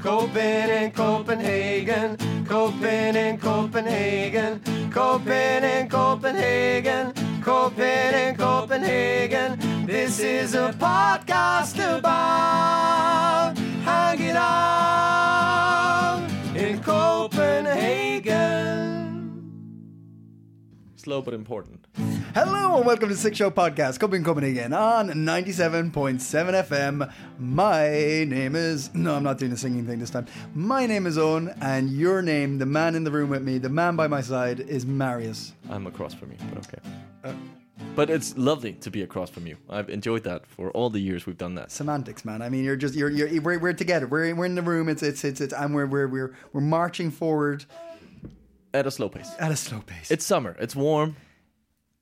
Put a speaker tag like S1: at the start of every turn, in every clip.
S1: Copen in Copenhagen, Copen in Copenhagen, Copen in Copenhagen, Copen in Copenhagen. This is a podcast about hanging out in Copenhagen.
S2: Slow but important.
S3: Hello and welcome to Six Show Podcast, Copenhagen, Copenhagen on 97.7 FM. My name is, no, I'm not doing a singing thing this time. My name is Owen, and your name, the man in the room with me, the man by my side, is Marius.
S2: I'm across from you, but okay.
S3: Uh.
S2: but it's lovely to be across from you. I've enjoyed that for all the years we've done that.
S3: Semantics, man. I mean, you're just, you're, you're we're, we're together. We're, we're in the room. It's, it's, it's, it's, and we're, we're, we're, we're marching forward
S2: At a slow pace.
S3: at a slow pace.
S2: It's summer. It's warm,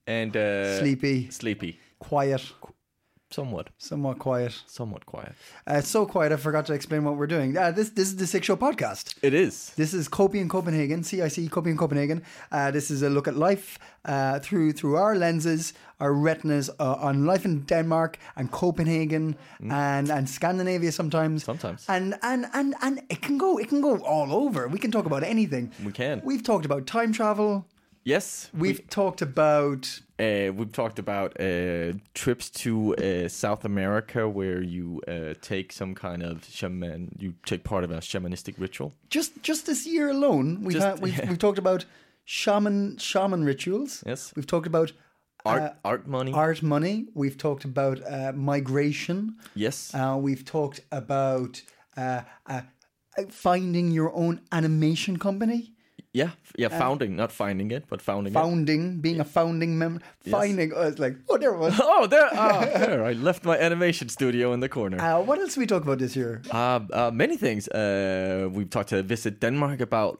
S2: and uh,
S3: Sleepy.
S2: Sleepy.
S3: quiet,
S2: Somewhat.
S3: somewhat quiet.
S2: Somewhat quiet.
S3: Uh, it's so quiet, I forgot to explain what we're doing. Uh, this, this is the Six Show Podcast.
S2: It is.
S3: This is Copy in Copenhagen, CIC Copy in Copenhagen. Uh, this is a look at life uh, through through our lenses, our retinas uh, on life in Denmark and Copenhagen and, and Scandinavia sometimes.
S2: Mm. Sometimes.
S3: And, and and and it can go it can go all over. We can talk about anything.
S2: We can.
S3: We've talked about time travel.
S2: Yes.
S3: We've talked about
S2: Uh, we've talked about uh, trips to uh, South America where you uh, take some kind of shaman, you take part of a shamanistic ritual.
S3: just just this year alone. We've
S2: Just-
S3: had, we've,
S2: yeah.
S3: we've talked about shaman shaman rituals.
S2: Yes.
S3: We've talked about
S2: Art,
S3: uh,
S2: art money.
S3: art money. We've talked about uh, migration.
S2: Yes.
S3: Uh, we've talked about uh, uh, finding your own animation company,
S2: yeah. Yeah. Founding, not finding it, but founding it.
S3: uh, founding, being a founding member, finding uh, it's like oh there it was.
S2: Oh, there, ah, there! I left my animation studio in the corner.
S3: Uh, what else did we talk about this year?
S2: Uh, uh, many things. Uh, we've talked to visit Denmark about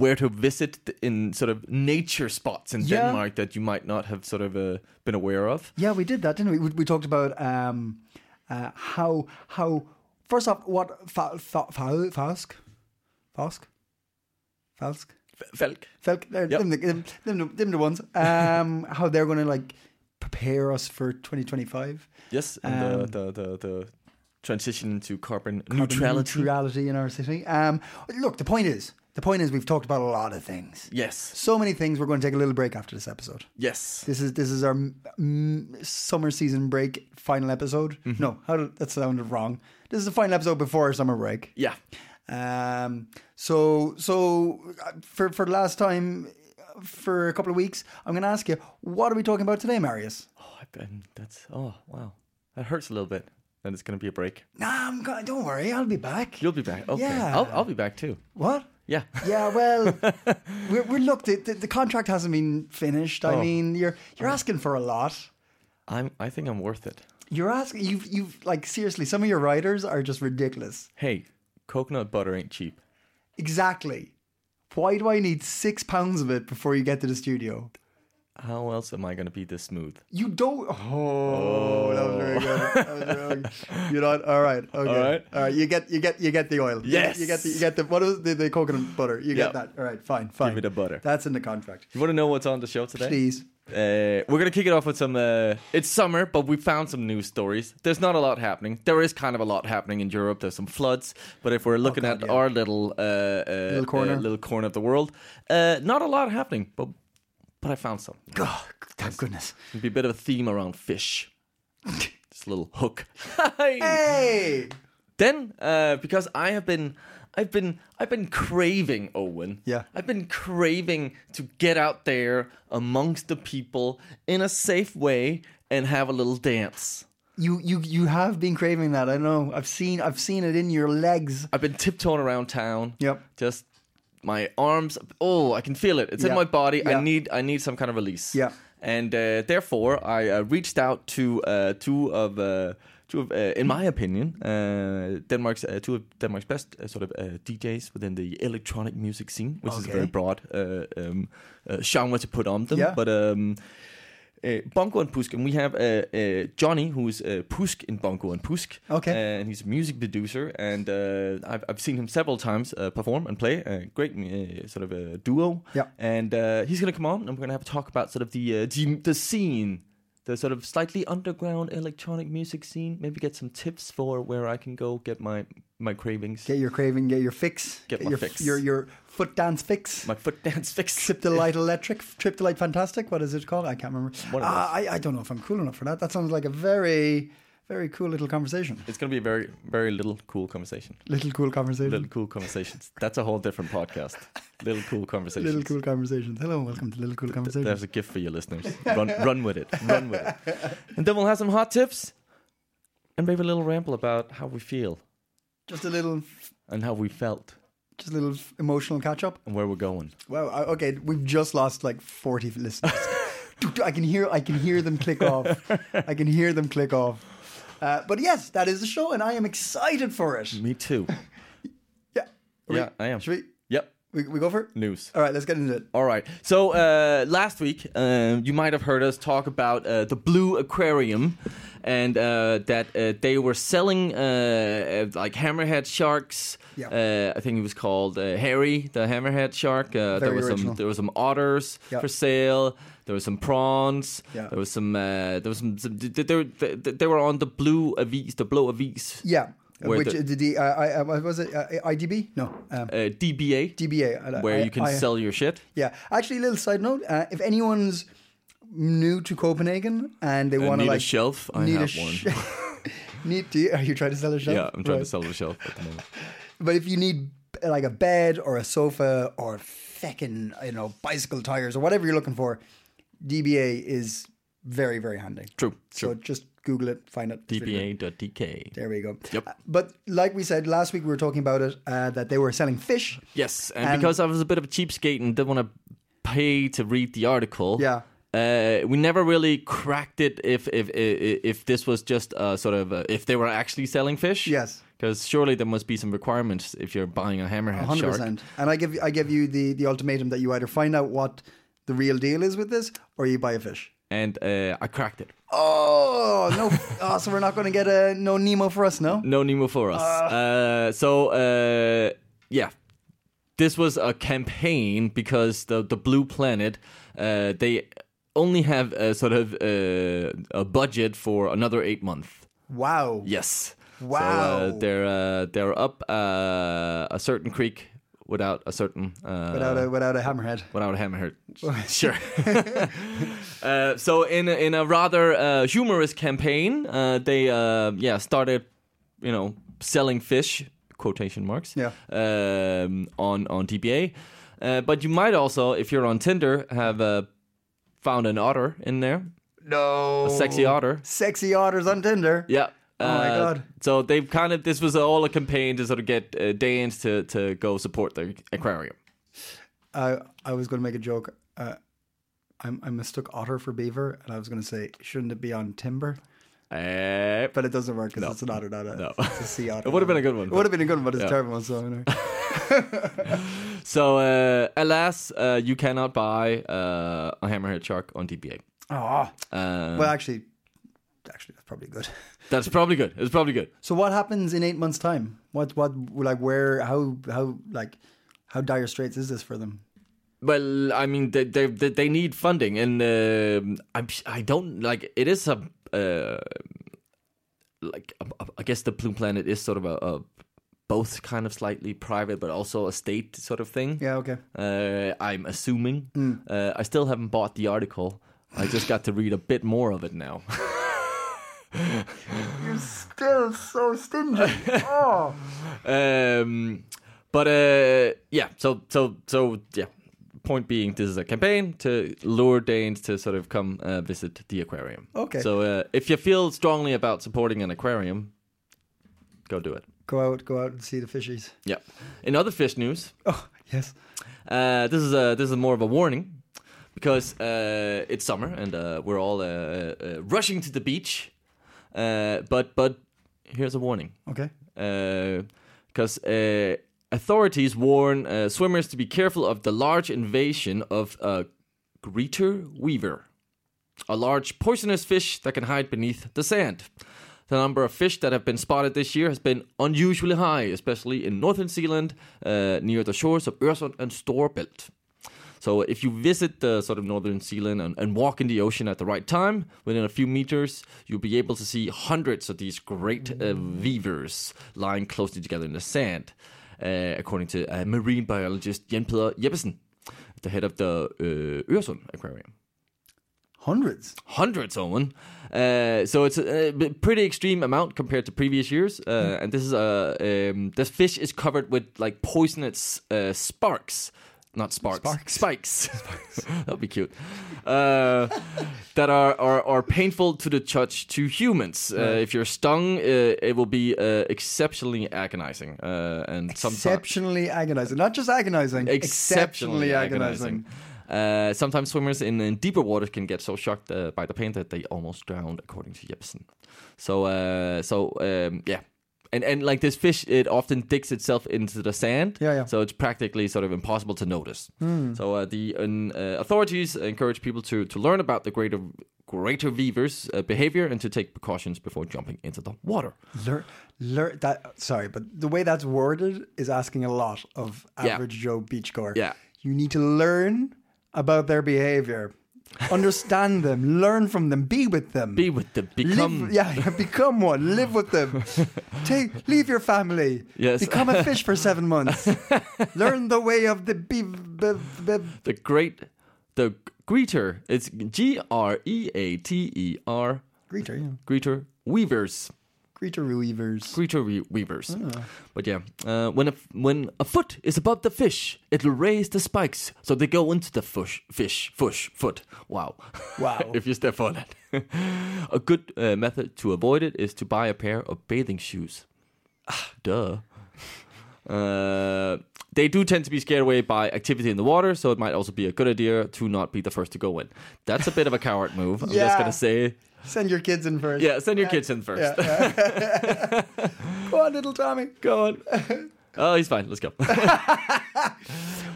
S2: where to visit in sort of nature spots in
S3: Yeah.
S2: Denmark that you might not have sort of uh, been aware of.
S3: Yeah, we did that, didn't we? We, we talked about um, uh, how how first off what fa- fa- fa- Fask, Fask, Falsk.
S2: Felk.
S3: Felk, they're-
S2: Yep.
S3: them, the, them, the- them the ones. Um, how they're going to like prepare us for 2025.
S2: Yes, and
S3: Um,
S2: the, the the the transition into carbon,
S3: carbon
S2: neutrality.
S3: neutrality in our city. Um, look, the point is, the point is, we've talked about a lot of things.
S2: Yes,
S3: So many things. We're going to take a little break after this episode.
S2: yes.
S3: This is this is our mm, summer season break final episode.
S2: Mm-hmm.
S3: No, how did, that sounded wrong. This is the final episode before our summer break.
S2: Yeah,
S3: Um, so so uh, for for the last time uh, for a couple of weeks, I'm going to ask you, what are we talking about today, Marius?
S2: oh, I've been, that's oh wow, that hurts a little bit. And it's gonna be a break.
S3: Nah, I'm go- don't worry, I'll be back.
S2: You'll be back. Okay,
S3: Yeah.
S2: I'll I'll be back too.
S3: what?
S2: Yeah.
S3: Yeah, well, we're, we're look. The, the, the contract hasn't been finished. I
S2: Oh.
S3: mean, you're you're asking for a lot.
S2: I'm. I think I'm worth it.
S3: You're asking. You've you've like seriously. Some of your writers are just ridiculous.
S2: Hey, coconut butter ain't cheap.
S3: Exactly. Why do I need six pounds of it before you get to the studio?
S2: How else am I going to be this smooth?
S3: You don't. Oh, that was very good. That was very good. You're not. All right. Okay. All right.
S2: right.
S3: You get. You get. You get the oil. You get-
S2: Yes.
S3: You get the. You get the. What is the, the coconut butter? You get
S2: Yep.
S3: that. All right. Fine. Fine.
S2: me the butter.
S3: That's in the contract.
S2: You want to know what's on the show today?
S3: Please.
S2: Uh, we're going to kick it off with some. Uh, it's summer, but we found some news stories. There's not a lot happening. There is kind of a lot happening in Europe. There's some floods, but if we're looking at our little uh, uh,
S3: Oh, Little corner.
S2: uh, little corner of the world, uh, not a lot happening. But but I found some.
S3: God. Thank goodness.
S2: It'd be a bit of a theme around fish. Just a little hook.
S3: Hey.
S2: then uh, because I have been I've been I've been craving Owen.
S3: Yeah.
S2: I've been craving to get out there amongst the people in a safe way and have a little dance.
S3: You you you have been craving that. I know. I've seen I've seen it in your legs.
S2: I've been tiptoeing around town.
S3: Yep.
S2: Just my arms. Oh, I can feel it. It's in
S3: Yeah.
S2: my body.
S3: Yeah.
S2: I need. I need some kind of release.
S3: Yeah.
S2: And uh, therefore, I uh, reached out to uh, two of uh, two of, uh, in my opinion, uh, Denmark's uh, two of Denmark's best uh, sort of uh, DJs within the electronic music scene, which is a very
S3: Okay.
S2: broad uh, um, uh, genre to put on them.
S3: Yeah.
S2: But um, uh, Bongo and Pusk, and we have uh, uh, Johnny, who's uh, Pusk in Bongo and Pusk. Uh,
S3: Okay.
S2: and he's a music producer, and uh, I've, I've seen him several times uh, perform and play. Uh, great uh, sort of a duo.
S3: Yeah.
S2: and uh, he's gonna come on, and we're gonna have a talk about sort of the uh, the, the scene. The sort of slightly underground electronic music scene. Maybe get some tips for where I can go get my my cravings,
S3: Get your craving, get your fix.
S2: Get my
S3: your,
S2: fix.
S3: Your, your foot dance fix.
S2: my foot dance fix.
S3: Triptolite electric, triptolite fantastic. What is it called? I can't remember.
S2: One of
S3: Ah, I, I don't know if I'm cool enough for that. That sounds like a very, very cool little conversation.
S2: It's gonna be a very very little cool conversation.
S3: Little cool conversation.
S2: Little cool conversations. That's a whole different podcast. Little cool conversations.
S3: Little cool conversations. Hello, and welcome to Little Cool Conversations.
S2: There's a gift for your listeners. Run, run with it. Run with it. And then we'll have some hot tips, and maybe a little ramble about how we feel
S3: just a little,
S2: and how we felt
S3: just a little emotional catch up.
S2: and where we're going.
S3: Wow. I- Okay, we've just lost like forty listeners. Do- do- I can hear, I can hear them click off. I can hear them click off. Uh, but yes, that is the show, and I am excited for it.
S2: Me too.
S3: Yeah. Are
S2: yeah, I am.
S3: Should we?
S2: Yep.
S3: We, we go for it?
S2: News.
S3: All right, let's get into it.
S2: All right. So uh, last week, um, you might have heard us talk about uh, the Blue Aquarium, and uh, that uh, they were selling uh, uh, like hammerhead sharks.
S3: Yeah.
S2: Uh, I think it was called uh, Harry, the hammerhead shark. Uh, there
S3: Very
S2: was
S3: original.
S2: some. There was some otters
S3: Yeah.
S2: for sale. There was some prawns.
S3: Yeah.
S2: There was some. Uh, there was some. some they, they, they, they were on the Blue Avis, the Blue Avis.
S3: Yeah.
S2: Where
S3: Which
S2: the-
S3: uh, the, the uh, I, I what was it uh, IDB? No, um,
S2: Uh, DBA.
S3: DBA. I-
S2: where
S3: I-
S2: you can
S3: I-
S2: sell your shit.
S3: Yeah. Actually, a little side note: uh, if anyone's new to Copenhagen and they want to
S2: Uh, need a
S3: like
S2: shelf? I have one.
S3: need do you, are you trying to sell a shelf?
S2: Yeah, I'm trying to
S3: Right.
S2: sell the shelf at the moment.
S3: But if you need uh, like a bed or a sofa or feckin' you know bicycle tires or whatever you're looking for, DBA is very very handy.
S2: True,
S3: So
S2: true.
S3: just Google it, find it. fiddle it.
S2: DBA.dk.
S3: There we go.
S2: Yep.
S3: Uh, But like we said last week, we were talking about it uh, that they were selling fish.
S2: Yes, and,
S3: And-
S2: because I was a bit of a cheapskate and didn't want to pay to read the article.
S3: Yeah.
S2: Uh, we never really cracked it if if if, if this was just uh, sort of uh, if they were actually selling fish.
S3: Yes.
S2: because surely there must be some requirements if you're buying a hammerhead
S3: Hundred
S2: shark.
S3: percent. And I give I give you the the ultimatum that you either find out what the real deal is with this, or you buy a fish.
S2: And uh, I cracked it.
S3: Oh no! oh, so we're not going to get a no Nemo for us, no.
S2: No Nemo for us. Uh, so uh, yeah, this was a campaign because the the Blue Planet uh, they only have a sort of uh, a budget for another eight months.
S3: Wow.
S2: Yes. So,
S3: Wow.
S2: uh, they're uh, they're up uh, a certain creek without a certain uh,
S3: Without a without a hammerhead.
S2: without a hammerhead. sure. uh, so in a- in a rather uh, humorous campaign, uh, they uh, yeah started you know selling fish quotation marks
S3: Yeah.
S2: um, on on DBA. Uh, but you might also, if you're on Tinder, have uh, found an otter in there,
S3: No.
S2: a sexy otter.
S3: Sexy otters on Tinder.
S2: Yeah. uh,
S3: Oh my God.
S2: So they've kind of this was all a campaign to sort of get uh, Danes to to go support the aquarium.
S3: I I was going to make a joke. Uh, I'm, I mistook otter for beaver, and I was going to say, shouldn't it be on timber?
S2: Uh,
S3: But it doesn't work because it's an otter, not a,
S2: No.
S3: it's a sea otter.
S2: It would've been a good one,
S3: It
S2: but-
S3: would have been a good one, but it's a terrible one. So you know.
S2: So, uh, alas, uh, you cannot buy uh, a hammerhead shark on DBA.
S3: oh.
S2: Uh,
S3: well, actually, actually, that's probably good.
S2: that's probably good. It's probably good.
S3: So what happens in eight months' time? What what like where how how like how dire straits is this for them?
S2: Well, I mean, they they they, they need funding, and um I'm I don't like it is a uh, like a- a- I guess the Blue Planet is sort of a, a both kind of slightly private, but also a state sort of thing.
S3: Yeah. Okay.
S2: Uh, I'm assuming. Uh, I still haven't bought the article. I just got to read a bit more of it now.
S3: You're still so stingy. oh.
S2: um, but uh, yeah, so so so yeah. Point being, this is a campaign to lure Danes to sort of come uh, visit the aquarium.
S3: Okay.
S2: So uh, if you feel strongly about supporting an aquarium, go do it.
S3: Go out, go out and see the fishies.
S2: Yeah. In other fish news,
S3: Oh yes.
S2: uh, this is a this is more of a warning because uh, it's summer and uh, we're all uh, uh, rushing to the beach. Uh, but but here's a warning.
S3: Okay.
S2: because uh, authorities warn uh, swimmers to be careful of the large invasion of uh, greater weaver, a large poisonous fish that can hide beneath the sand. The number of fish that have been spotted this year has been unusually high, especially in northern Zealand, uh, near the shores of Öresund and Storbelt. So if you visit the sort of northern Zealand and, and walk in the ocean at the right time, within a few meters, you'll be able to see hundreds of these great uh, weavers lying closely together in the sand, uh, according to uh, marine biologist Jan Peter Jeppesen, the head of the uh, Øresund Aquarium
S3: Hundreds.
S2: hundreds on one. Uh, so it's a, a b- pretty extreme amount compared to previous years. Uh,
S3: Hmm.
S2: And this is a um, this fish is covered with like poisonous uh, sparks. Not sparks,
S3: Sparks.
S2: spikes. That'd be cute. Uh, that are, are are painful to the touch to humans. Uh, If you're stung, uh, it will be uh, exceptionally agonizing. Uh, and sometimes
S3: Exceptionally agonizing. Not just agonizing. Exceptionally, agonizing.
S2: Uh, sometimes swimmers in, in deeper waters can get so shocked uh, by the pain that they almost drown, according to Jepsen. So, uh, so um, yeah. And, and like this fish, it often digs itself into the sand.
S3: Yeah, Hmm. yeah.
S2: So it's practically sort of impossible to notice. So uh, the um, uh, authorities encourage people to, to learn about the greater greater weavers' uh, behavior and to take precautions before jumping into the water.
S3: Lear, lear, that, sorry, but the way that's worded is asking a lot of
S2: Yeah.
S3: average Joe beachgoer.
S2: Yeah.
S3: You need to learn about their behavior, understand them, learn from them, be with them.
S2: Be with them. Become.
S3: Live, yeah, become one. Live with them. Take, leave your family.
S2: Yes.
S3: Become a fish for seven months. Learn the way of the be, be, be-
S2: the great the g- greeter it's g r e a t e r
S3: greeter, yeah.
S2: greeter weavers
S3: Greeter weavers.
S2: greeter we- weavers but yeah uh, when a f- when a foot is above the fish it'll raise the spikes so they go into the fush, fish fush foot wow
S3: Wow.
S2: if you step on it a good uh, method to avoid it is to buy a pair of bathing shoes Ah, duh uh, they do tend to be scared away by activity in the water, so it might also be a good idea to not be the first to go in. That's a bit of a coward move. I'm just
S3: Yeah.
S2: gonna say,
S3: Send your kids in first.
S2: yeah, send your kids in first.
S3: Go on, little Tommy.
S2: go on. Oh, he's fine. Let's go.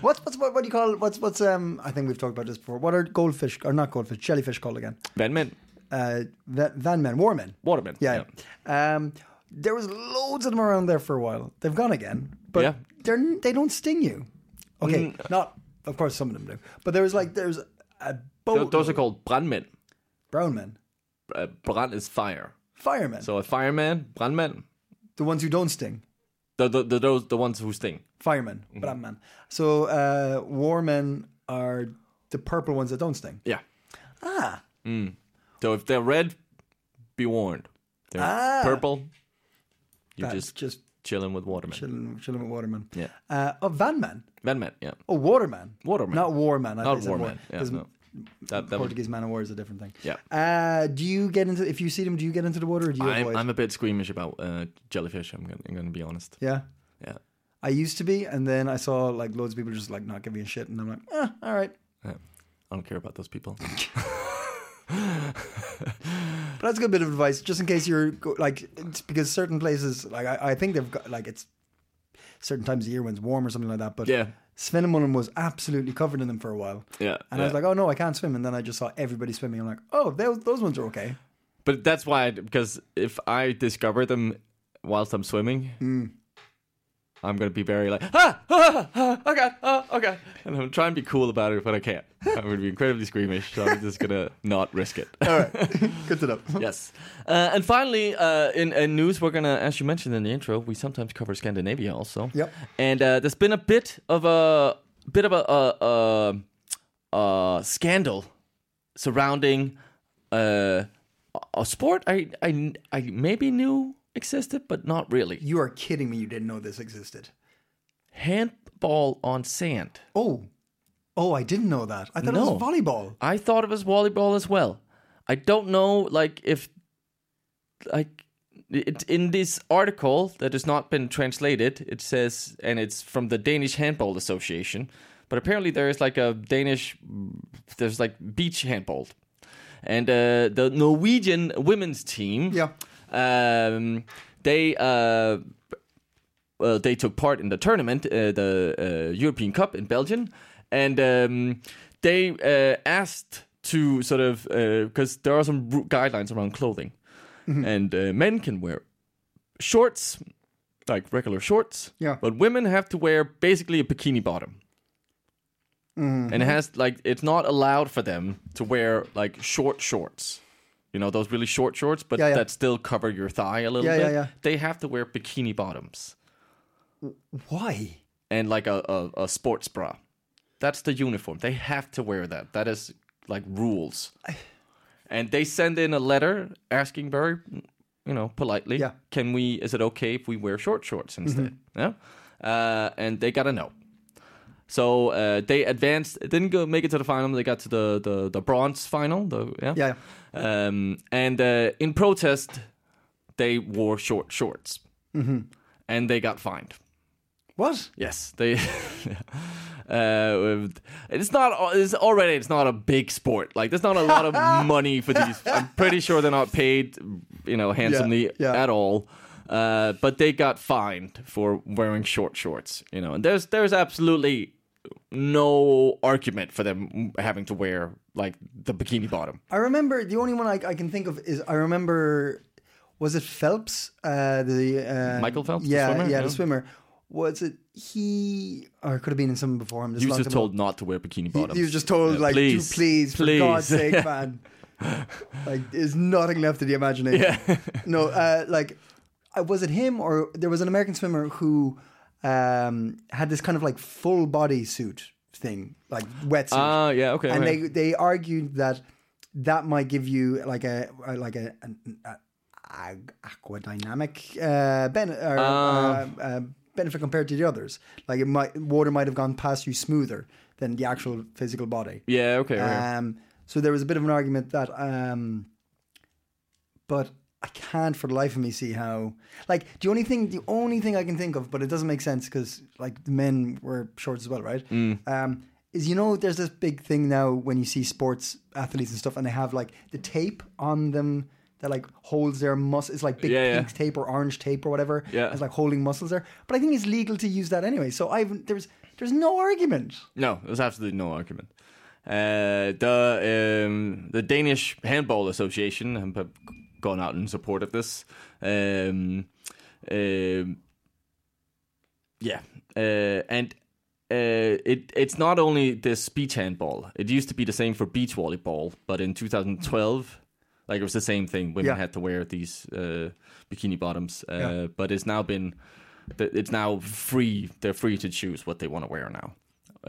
S3: What's what's what, what do you call what's what's um? I think we've talked about this before. What are goldfish or not goldfish? Jellyfish called again?
S2: Van men,
S3: Uh, va- van men, warmen,
S2: watermen.
S3: Yeah. yeah. Um, there was loads of them around there for a while. They've gone again, but
S2: Yeah. Mm.
S3: they're they don't sting you. Okay, not of course some of them do, but there was like there's a
S2: Tho-
S3: boat.
S2: Those are called brandmen.
S3: brown men,
S2: Uh, brand is fire.
S3: firemen,
S2: So a fireman, brandman,
S3: the ones who don't sting.
S2: the the, the those the ones who sting.
S3: Firemen,
S2: Mm-hmm.
S3: brown men. So uh, warmen are the purple ones that don't sting.
S2: Yeah.
S3: Ah,
S2: So if they're red, be warned. They're
S3: Ah.
S2: purple. You're
S3: that's
S2: just,
S3: just, just
S2: chilling with watermen.
S3: chilling, chilling with watermen.
S2: Yeah.
S3: Uh, oh, van man.
S2: Van men. Yeah.
S3: Oh, waterman.
S2: Waterman.
S3: Not warman. I
S2: Not
S3: think it's a
S2: warman. Yeah,
S3: 'Cause
S2: no. That, that would-
S3: Portuguese man of war is a different thing.
S2: Yeah.
S3: Uh, do you get into if you see them? Do you get into the water or do you
S2: I'm,
S3: avoid?
S2: I'm a bit squeamish about uh, jellyfish. I'm gonna, I'm gonna be honest.
S3: yeah.
S2: Yeah.
S3: I used to be, and then I saw like loads of people just like not giving a shit, and I'm like, ah, all right.
S2: yeah. I don't care about those people.
S3: But that's a good bit of advice, just in case you're go- like, it's because certain places, like I, I think they've got like it's certain times of year when it's warm or something like that. But
S2: Yeah.
S3: Svinemunum was absolutely covered in them for a while.
S2: Yeah,
S3: And I was
S2: yeah.
S3: like, oh no, I can't swim. And then I just saw everybody swimming. I'm like, oh, those, those ones are okay.
S2: But that's why, I, because if I discover them whilst I'm swimming,
S3: Mm.
S2: I'm gonna be very like, ah, ah, ah, oh god, oh, oh god, and I'm trying to be cool about it, but I can't. I'm gonna be incredibly squeamish, so I'm just gonna not risk it.
S3: All right, good to know.
S2: yes. Uh, and finally, uh, in, in news, we're gonna, as you mentioned in the intro, we sometimes cover Scandinavia also.
S3: Yep.
S2: And uh, there's been a bit of a bit of a, a, a, a scandal surrounding uh, a sport I, I I maybe knew existed, but not really.
S3: You are kidding me. You didn't know this existed.
S2: Handball on sand.
S3: Oh, oh, I didn't know that. I thought
S2: No.
S3: it was volleyball.
S2: I thought it was volleyball as well. I don't know, like if, like, it, in this article that has not been translated, it says, and it's from the Danish Handball Association, but apparently there is like a Danish, there's like beach handball, and uh, the Norwegian women's team,
S3: Yeah.
S2: um, they uh, well, they took part in the tournament, uh, the uh, European Cup in Belgium, and um, they uh, asked to sort of because there are some ru- guidelines around clothing, and uh, men can wear shorts, like regular shorts,
S3: Yeah.
S2: but women have to wear basically a bikini bottom.
S3: Mm-hmm.
S2: And it has like it's not allowed for them to wear like short shorts, you know those really short shorts, but
S3: Yeah, yeah.
S2: that still cover your thigh a little
S3: Yeah,
S2: bit.
S3: yeah, yeah.
S2: They have to wear bikini bottoms
S3: Why?
S2: and like a, a, a sports bra. That's the uniform. They have to wear that. That is like rules. And they send in a letter asking very, you know, politely,
S3: Yeah. Mm-hmm.
S2: can we? Is it okay if we wear short shorts instead? Yeah. Uh, and they got a no. So uh, they advanced. Didn't go make it to the final. They got to the the, the bronze final. The yeah.
S3: Yeah.
S2: Um, and uh, in protest, they wore short shorts,
S3: Mm-hmm.
S2: and they got fined.
S3: What?
S2: Yes, they. uh, it's not. It's already. It's not a big sport. Like there's not a lot of money for these. I'm pretty sure they're not paid, you know, handsomely
S3: yeah.
S2: at all. Uh, but they got fined for wearing short shorts. You know, and there's there's absolutely no argument for them having to wear like the bikini bottom.
S3: I remember the only one I, I can think of is I remember was it Phelps uh, the uh,
S2: Michael Phelps, the
S3: yeah
S2: swimmer?
S3: yeah
S2: Yeah.
S3: the swimmer was it he or it could have been someone before him just
S2: He was
S3: locked
S2: just
S3: him up.
S2: told not to wear bikini
S3: He-
S2: bottoms.
S3: he was just told
S2: Yeah,
S3: like
S2: please,
S3: do please for
S2: please."
S3: God's sake man like there's nothing left of the imagination no uh, like uh, was it him or there was an American swimmer who um, had this kind of like full body suit thing like wetsuit
S2: Ah, yeah, okay.
S3: and
S2: okay.
S3: they they argued that that might give you like a a- like a, an a, ag- aquadynamic uh, ben, or,
S2: Ah.
S3: uh, uh, benefit compared to the others. Like it might water might have gone past you smoother than the actual physical body.
S2: yeah, okay. okay.
S3: Um, so there was a bit of an argument that, um, but I can't for the life of me see how. Like the only thing, the only thing I can think of, but it doesn't make sense because like the men wear shorts as well, right?
S2: Mm.
S3: Um, is you know there's this big thing now when you see sports athletes and stuff, and they have like the tape on them that like holds their muscles. It's like big
S2: Yeah, yeah.
S3: pink tape or orange tape or whatever.
S2: Yeah.
S3: it's like holding muscles there. But I think it's legal to use that anyway. So I've there's there's no argument.
S2: No, there's absolutely no argument. Uh, the um, the Danish Handball Association have gone out in support of this. Um, um, yeah, uh, and uh, it it's not only this beach handball. It used to be the same for beach volleyball, but in 2012, like it was the same thing. Women
S3: Yeah.
S2: had to wear these uh, bikini bottoms, uh,
S3: Yeah.
S2: but it's now been th- it's now free. They're free to choose what they want to wear now,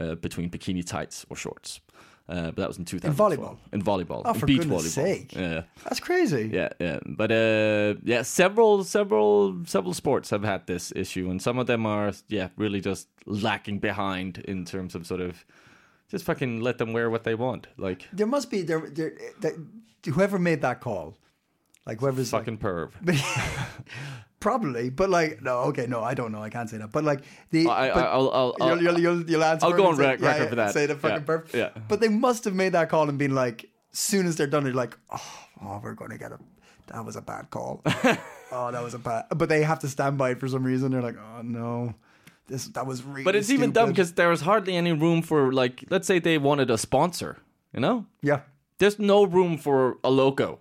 S2: uh, between bikini tights or shorts. Uh, but that was in 2012.
S3: volleyball?
S2: In volleyball.
S3: Oh,
S2: in
S3: for
S2: beach
S3: goodness
S2: volleyball.
S3: sake.
S2: Yeah.
S3: That's crazy.
S2: Yeah, yeah, but uh, yeah, several, several, several sports have had this issue, and some of them are, yeah, really just lacking behind in terms of sort of just fucking let them wear what they want, like
S3: There must be there. there that, whoever made that call, like whoever's like,
S2: fucking perv.
S3: probably, but like no, okay, no, I don't know, I can't say that. But like the,
S2: I, I,
S3: but
S2: I'll, I'll, I'll,
S3: you'll, you'll, you'll, you'll answer.
S2: I'll
S3: it
S2: go
S3: and
S2: on
S3: say-
S2: rec-
S3: yeah,
S2: record
S3: yeah,
S2: for that.
S3: Say the fucking
S2: Yeah,
S3: burp.
S2: yeah.
S3: But they must have made that call and been like, soon as they're done, they're like, oh, oh we're going to get a. That was a bad call. oh, that was a bad. But they have to stand by it for some reason. They're like, oh no, this that was really.
S2: but it's even dumb
S3: stupid."
S2: because there was hardly any room for like, let's say they wanted a sponsor, you know,
S3: yeah,
S2: There's no room for a loco.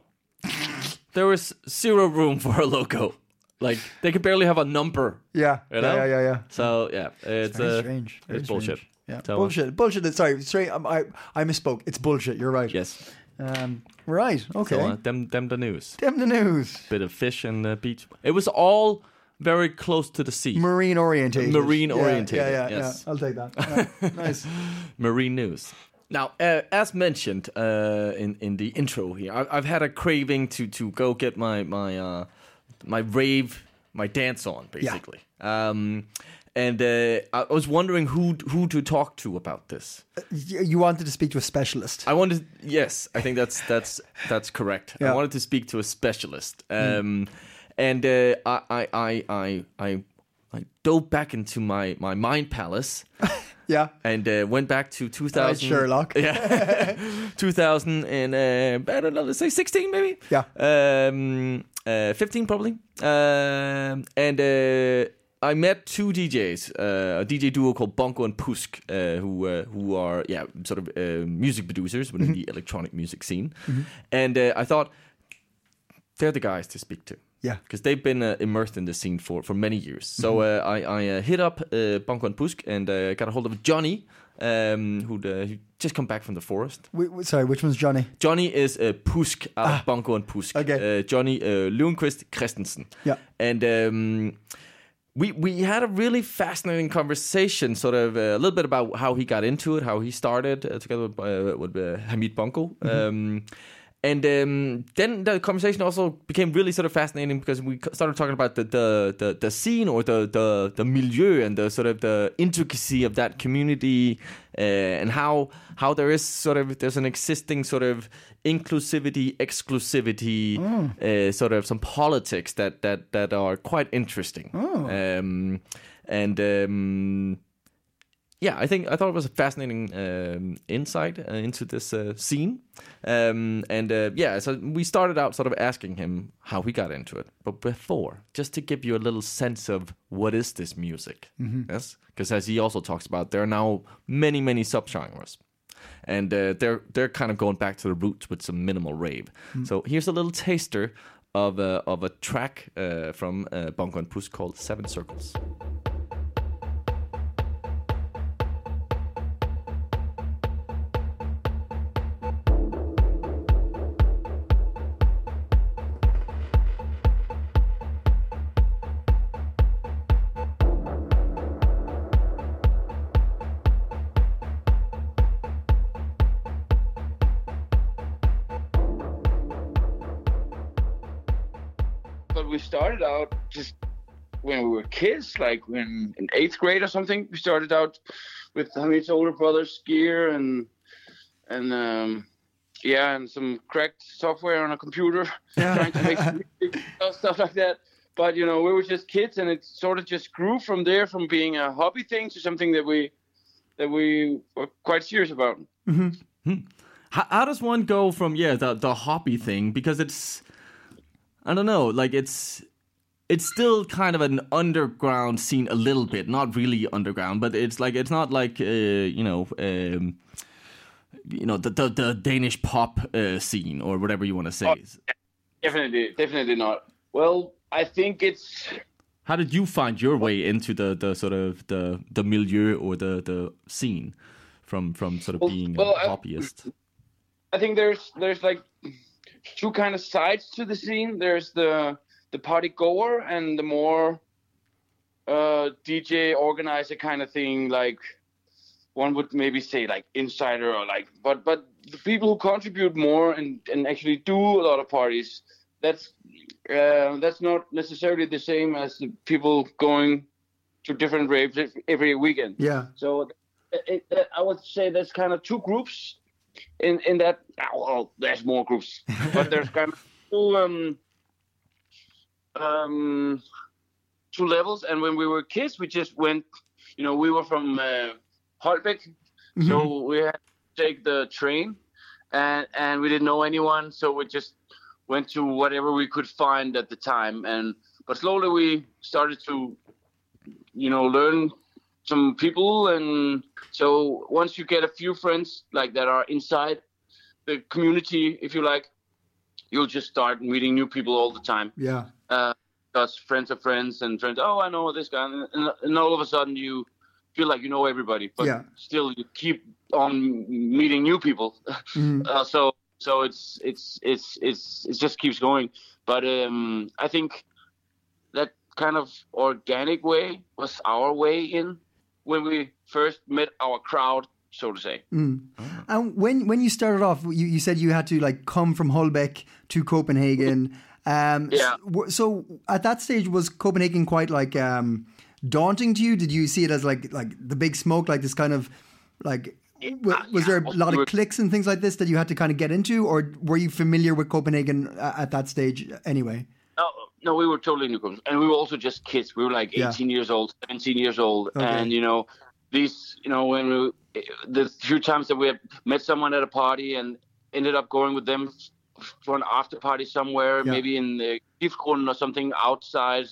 S2: there was zero room for a loco. Like they could barely have a number.
S3: yeah,
S2: You know?
S3: yeah, yeah, yeah, yeah.
S2: So yeah, it's,
S3: Very
S2: uh,
S3: strange. Very
S2: it's bullshit.
S3: strange. Yeah,
S2: So, uh,
S3: bullshit. Bullshit. is- Sorry, straight. Um, I I misspoke. It's bullshit. You're right.
S2: Yes.
S3: Um, right. Okay.
S2: So, uh, them, them the news.
S3: Damn the news.
S2: Bit of fish and uh, beach. It was all very close to the sea.
S3: Marine oriented.
S2: Marine orientated,
S3: Yeah, yeah, yeah.
S2: yes.
S3: I'll take that. Yeah. nice.
S2: Marine news. Now, uh, as mentioned uh, in in the intro here, I, I've had a craving to to go get my my uh, my rave my dance on basically. Um, and uh, I was wondering who who to talk to about this.
S3: Y- You wanted to speak to a specialist.
S2: I wanted yes, I think that's that's that's correct. I
S3: Yeah.
S2: wanted to speak to a specialist, um, and uh, I, I I I I I dove back into my my mind palace
S3: Yeah.
S2: and uh, went back to 2000
S3: Sherlock.
S2: yeah 2000 and uh, i don't know let's say 16 maybe
S3: Yeah.
S2: um uh, 15 probably um and uh I met two DJs, uh, a DJ duo called Bonko and Pusk, uh, who uh, who are yeah sort of uh, music producers within
S3: Mm-hmm.
S2: the electronic music scene, and uh, I thought they're the guys to speak to.
S3: Yeah.
S2: because they've been uh, immersed in the scene for, for many years. So
S3: Mm-hmm.
S2: uh, I, I uh, hit up uh, Banco and Pusk and uh, got a hold of Johnny, um, who'd, uh, who'd just come back from the forest.
S3: Wait, wait, sorry, which one's Johnny?
S2: Johnny is uh, Pusk out of Banco and Pusk.
S3: Ah. okay.
S2: Uh, Johnny uh, Lundqvist Christensen.
S3: Yeah.
S2: And um, we we had a really fascinating conversation, sort of uh, a little bit about how he got into it, how he started uh, together with, uh, with uh, Hamid Bonko. Um, and um, then the conversation also became really sort of fascinating because we c- started talking about the the, the, the scene or the, the the milieu and the sort of the intricacy of that community uh, and how how there is sort of there's an existing sort of inclusivity exclusivity uh, sort of some politics that that that are quite interesting um, and um, yeah, I think I thought it was a fascinating um, insight uh, into this uh, scene, um, and uh, yeah, so we started out sort of asking him how he got into it. But before, just to give you a little sense of what is this music, yes, because as he also talks about, there are now many many subgenres, and uh, they're they're kind of going back to the roots with some minimal rave. So here's a little taster of a, of a track uh, from uh, Bongo and Puss called Seven Circles.
S4: but we started out just when we were kids, like when in eighth grade or something. We started out with Hamid's older brother Skier and and um, yeah, and some cracked software on a computer, trying to make some music, stuff like that. But you know, we were just kids, and it sort of just grew from there, from being a hobby thing to something that we that we were quite serious about.
S2: how, how does one go from yeah the the hobby thing because it's I don't know like it's it's still kind of an underground scene a little bit not really underground but it's like it's not like uh, you know um, you know the the, the Danish pop uh, scene or whatever you want to
S4: Oh,
S2: say
S4: Definitely, definitely not. Well, I think it's
S2: how did you find your way into the the sort of the the milieu or the the scene from from sort of
S4: Well-
S2: being
S4: well,
S2: a
S4: I-
S2: hobbyist
S4: I think there's there's like two kind of sides to the scene. There's the the party goer and the more uh, DJ organizer kind of thing. Like one would maybe say like insider or like, but but the people who contribute more and and actually do a lot of parties. That's uh, that's not necessarily the same as the people going to different raves every weekend.
S3: Yeah.
S4: So it, it, it, I would say there's kind of two groups in in that. ah, Well, there's more groups, but there's kind of two um, um, two levels. And when we were kids, we just went. You know, we were from uh, Holbæk, so we had to take the train, and and we didn't know anyone, so we just went to whatever we could find at the time. And but slowly we started to, you know, learn some people and so once you get a few friends like that are inside the community if you like you'll just start meeting new people all the time
S3: Yeah.
S4: uh, because friends of friends and friends oh i know this guy and, and, and all of a sudden you feel like you know everybody but
S3: Yeah.
S4: still you keep on meeting new people uh, so so it's it's it's it's it just keeps going but um i think that kind of organic way was our way in when we first met our crowd so to say
S3: And when when you started off, you, you said you had to like come from Holbeck to Copenhagen. Um,
S4: Yeah.
S3: So, so at that stage, was Copenhagen quite like um, daunting to you? Did you see it as like like the big smoke, like this kind of like was, was there a lot of clicks and things like this that you had to kind of get into, or were you familiar with Copenhagen a- at that stage anyway?
S4: No, no, we were totally newcomers, and we were also just kids. We were like
S3: Yeah.
S4: 18 years old, 17 years old,
S3: Okay.
S4: and you know, these you know when we, the few times that we had met someone at a party and ended up going with them for an after party somewhere
S3: Yeah.
S4: maybe in the Gifkronen or something outside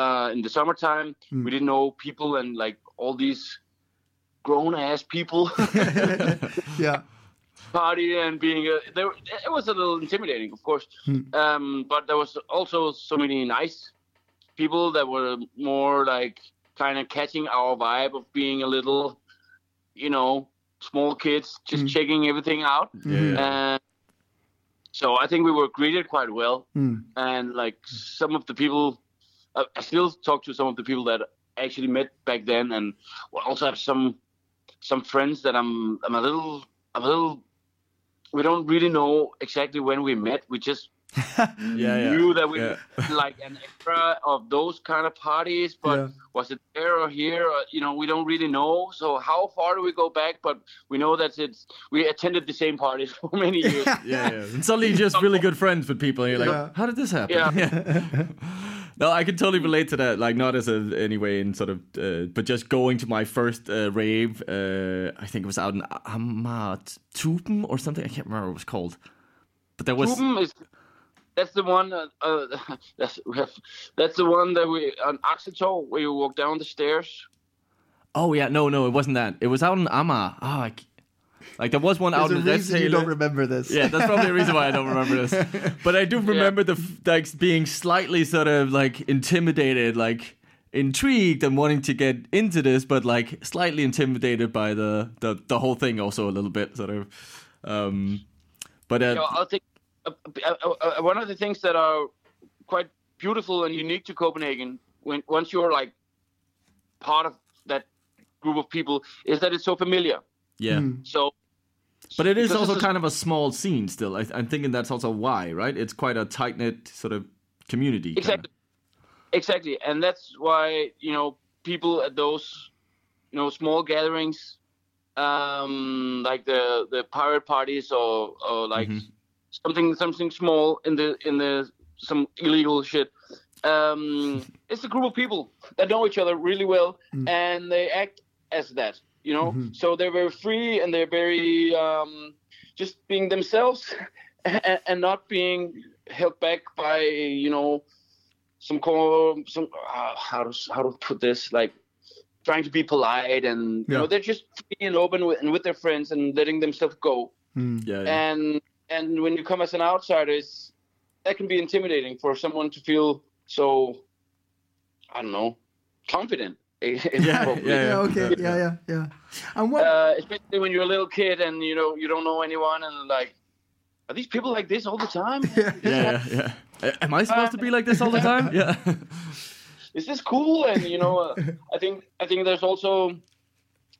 S4: uh, in the summertime
S3: Hmm.
S4: we didn't know people and like all these grown ass people
S3: yeah.
S4: party and being a, there it was a little intimidating of course um, but there was also so many nice people that were more like kind of catching our vibe of being a little you know small kids just checking everything out
S2: Yeah.
S4: and Uh, so I think we were greeted quite well. And like some of the people, I I still talk to some of the people that I actually met back then, and we also have some some friends that I'm I'm a little I'm a little. We don't really know exactly when we met. We just
S2: yeah, yeah.
S4: knew that we
S2: Yeah.
S4: like an era of those kind of parties, but
S3: Yeah.
S4: was it there or here? Or, you know, we don't really know. So how far do we go back? But we know that it's we attended the same parties for many years.
S2: yeah, yeah. And suddenly you're just really good friends with people, and you're like,
S3: Yeah.
S2: how did this happen?
S4: Yeah.
S2: No, I can totally relate to that. Like, not as a anyway, in sort of, uh, but just going to my first uh, rave. Uh, I think it was out in Amatsupen or something. I can't remember what it was called, but there was
S4: Ruben is that's the one. Uh, uh, that's we have, that's the one that we on Oxitol where you walk down the stairs.
S2: Oh yeah, no, no, it wasn't that. It was out in Amma. Oh, I c like there was one
S3: There's
S2: out
S3: a
S2: in Red
S3: reason you don't
S2: Taylor.
S3: remember this.
S2: Yeah, that's probably the reason why I don't remember this. But I do remember the f- like being slightly sort of like intimidated, like intrigued and wanting to get into this, but like slightly intimidated by the the, the whole thing also a little bit sort of. Um, but uh,
S4: You know, I'll think uh, uh, uh, uh, one of the things that are quite beautiful and unique to Copenhagen when once you're like part of that group of people is that it's so familiar.
S2: yeah,
S4: So
S2: but it is
S4: Because
S2: also
S4: this is-
S2: kind of a small scene still. I, I'm thinking that's also why, right? It's quite a tight knit sort of community. kinda.
S4: Exactly. Exactly, and that's why you know people at those you know small gatherings, um, like the the pirate parties or or like something something small in the in the some illegal shit. Um, it's a group of people that know each other really well, and they act as that. You know, so they're very free and they're very um, just being themselves, and, and not being held back by you know some call some uh, how to how to put this like trying to be polite and you know
S3: Yeah.
S4: they're just free and open with, and with their friends and letting themselves go
S3: Hmm.
S2: Yeah, yeah.
S4: and and when you come as an outsider it's, that can be intimidating for someone to feel so i don't know confident
S2: Yeah,
S4: probably.
S2: yeah,
S3: Yeah, okay. Yeah, yeah, yeah. And what?
S4: Uh, especially when you're a little kid and you know you don't know anyone and like are these people like this all the time
S2: yeah, yeah. yeah. Am I supposed to be like this all the time? Yeah.
S4: is this cool? And you know, uh, I think I think there's also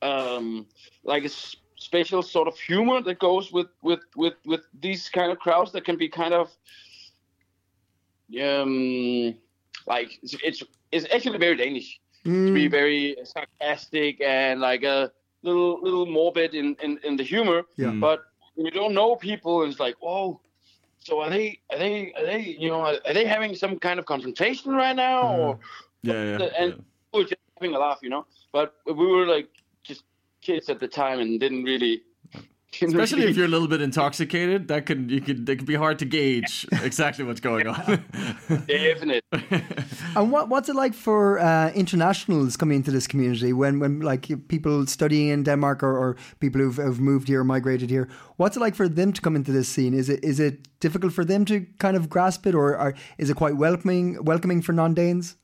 S4: um, like a s- special sort of humor that goes with with with with these kind of crowds that can be kind of um like it's it's, it's actually very Danish
S3: Hmm.
S4: to be very sarcastic and like a little little morbid in in, in the humor.
S3: Yeah.
S4: But when you don't know people, it's like whoa. So are they are they are they you know are are they having some kind of confrontation right now or
S2: Yeah, yeah.
S4: and we were just having a laugh, you know. But we were like just kids at the time and didn't really. didn't
S2: Especially
S4: really-
S2: if you're a little bit intoxicated, that could you could it could be hard to gauge exactly what's going on.
S4: definite.
S3: And what, what's it like for uh, internationals coming into this community when, when like people studying in Denmark or, or people who've, who've moved here, migrated here? What's it like for them to come into this scene? Is it is it difficult for them to kind of grasp it, or, or is it quite welcoming welcoming for non Danes?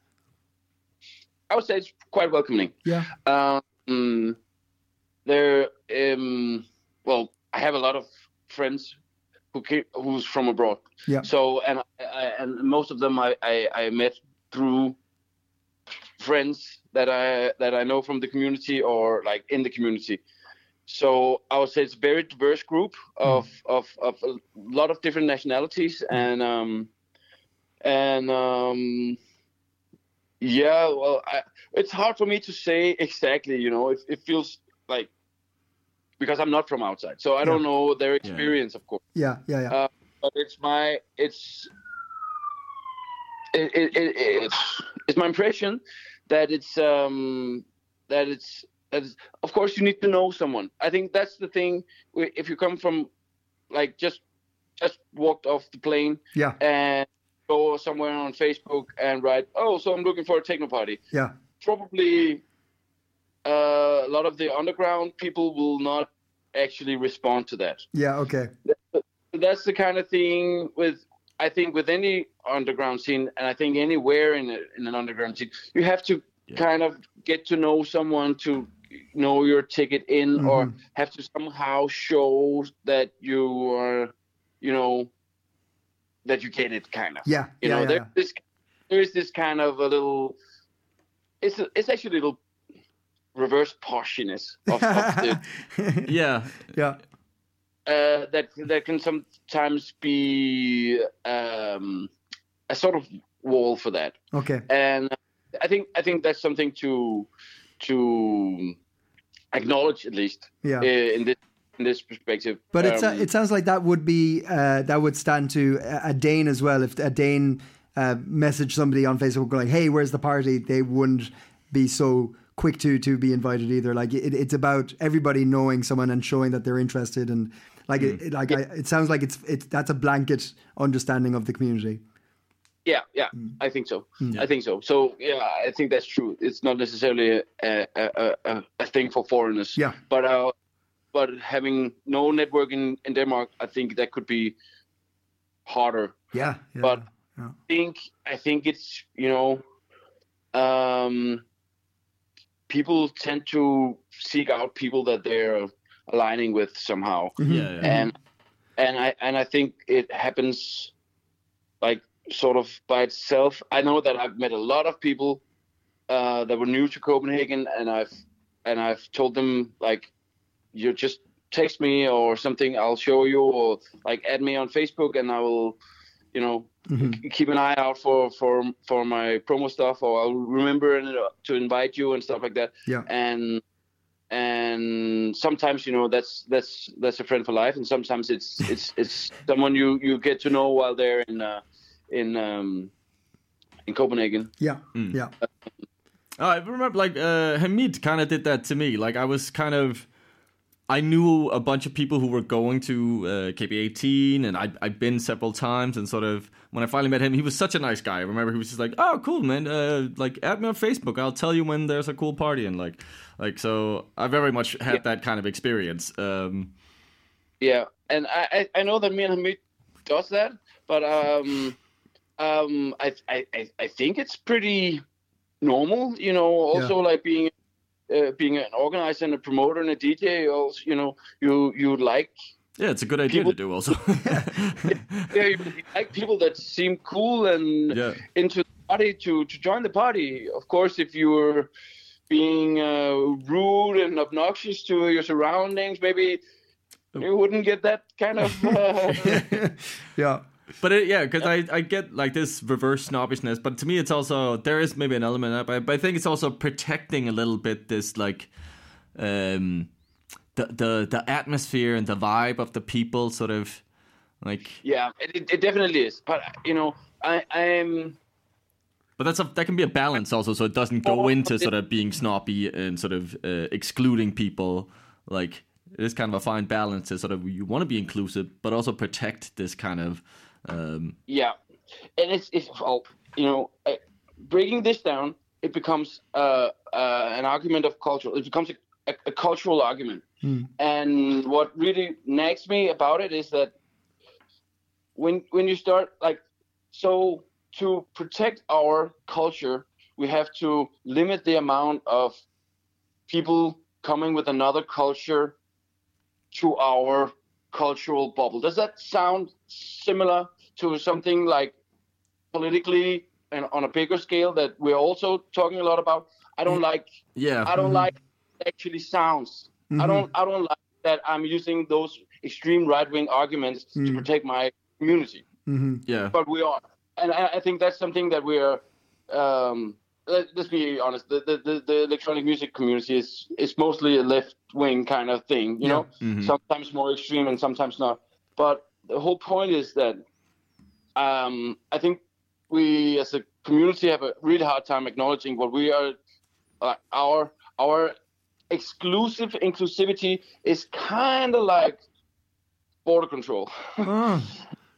S4: I would say it's quite welcoming.
S3: Yeah,
S4: Um, there, um, well, I have a lot of friends who came, who's from abroad.
S3: Yeah.
S4: So and I, I, and most of them I, I, I met through friends that I that I know from the community or like in the community. So I would say it's a very diverse group of of, of a lot of different nationalities and um, and um, yeah, well, I, it's hard for me to say exactly. You know, it, it feels like because I'm not from outside, so I don't know their experience, of course.
S3: yeah, yeah, yeah.
S4: Uh, but it's my it's it, it, it, it, it's my impression that it's um that it's That is, of course, you need to know someone. I think that's the thing. wh- If you come from, like, just just walked off the plane
S3: Yeah.
S4: and go somewhere on Facebook and write, oh, so I'm looking for a techno party.
S3: Yeah.
S4: Probably uh, a lot of the underground people will not actually respond to that.
S3: Yeah. Okay.
S4: That's the kind of thing with I think with any underground scene, and I think anywhere in a, in an underground scene, you have to kind of get to know someone to know your ticket in, or have to somehow show that you are, you know, that you get it, kind of.
S3: Yeah.
S4: You
S3: yeah,
S4: know,
S3: yeah,
S4: there's this there is this kind of a little. It's a, it's actually a little reverse poshiness of, of the
S2: yeah,
S3: yeah.
S4: uh, that that can sometimes be um, a sort of wall for that,
S3: yeah. Okay.
S4: and I think I think that's something to to acknowledge at least
S3: Yeah.
S4: uh, in this in this perspective.
S3: But it's, uh,
S4: Um,
S3: it sounds like that would be uh, that would stand to uh, a a Dane as well. If a Dane uh, messaged somebody on Facebook like, "Hey, where's the party?" They wouldn't be so quick to to be invited either. Like it, it's about everybody knowing someone and showing that they're interested and like
S4: Hmm.
S3: it, it- like I, it sounds like it's it's that's a blanket understanding of the community.
S4: Yeah, yeah, I think so. I think so. So yeah, I think that's true. It's not necessarily a a, a, a, a thing for foreigners.
S3: Yeah.
S4: But uh, but having no network in, in Denmark, I think that could be harder.
S3: Yeah. yeah.
S4: But I think I think it's you know, um, people tend to seek out people that they're aligning with somehow
S2: yeah, yeah.
S4: and and I and I think it happens like sort of by itself. I know that I've met a lot of people uh, that were new to Copenhagen, and I've and I've told them like, you just text me or something. I'll show you, or like add me on Facebook, and I will, you know.
S3: Mm-hmm.
S4: k- Keep an eye out for, for for my promo stuff, or I'll remember and, uh, to invite you and stuff like that.
S3: Yeah.
S4: And and sometimes you know that's that's that's a friend for life and sometimes it's it's it's someone you you get to know while they're in uh in um in copenhagen
S3: Yeah.
S4: Hmm.
S3: Yeah.
S2: Oh, I remember like uh, Hamid kind of did that to me. Like I was kind of, I knew a bunch of people who were going to uh, KB18, and I I've been several times. And sort of when I finally met him, he was such a nice guy. I remember he was just like, "Oh, cool, man. Uh, like add me on Facebook. I'll tell you when there's a cool party." And like, like so, I very much had that kind of experience. Um,
S4: yeah and i I- i know that me and hamid does that but um um i i I- i think it's pretty normal you know also like being uh, being an organizer and a promoter and a dj also you know you you like
S2: yeah, it's a good idea
S4: People-
S2: to do also.
S4: yeah, you you like people that seem cool and
S2: Yeah.
S4: into the party to, to join the party. Of course, if you're being uh, rude and obnoxious to your surroundings, maybe you wouldn't get that kind of. Uh,
S3: Yeah.
S2: But it, yeah, because I, I get like this reverse snobbishness, but to me it's also there is maybe an element of it, but I think it's also protecting a little bit this like um the the the atmosphere and the vibe of the people sort of like
S4: yeah, it, it definitely is. But you know, I I'm
S2: but that's a that can be a balance also so it doesn't
S4: Oh,
S2: go into sort of being snobby and sort of uh, excluding people like it is kind of a fine balance to sort of you want to be inclusive but also protect this kind of um
S4: yeah, and it's it's oh, you know uh, breaking this down, it becomes uh, uh, an argument of cultural. It becomes a, a, a cultural argument. And what really nags me about it is that when when you start like so to protect our culture, we have to limit the amount of people coming with another culture to our cultural bubble. Does that sound similar to something like politically and on a bigger scale that we're also talking a lot about? I don't like
S2: yeah
S4: I don't like it actually sounds. I don't I don't like that I'm using those extreme right wing arguments to protect my community.
S3: Mm-hmm.
S2: yeah
S4: But we are, and I, I think that's something that we are. Um, let, let's be honest. The, the, the, the electronic music community is is mostly a left wing kind of thing. You know, sometimes more extreme and sometimes not. But the whole point is that um, I think we as a community have a really hard time acknowledging what we are, uh, our our exclusive inclusivity is kind of like border control. Ah.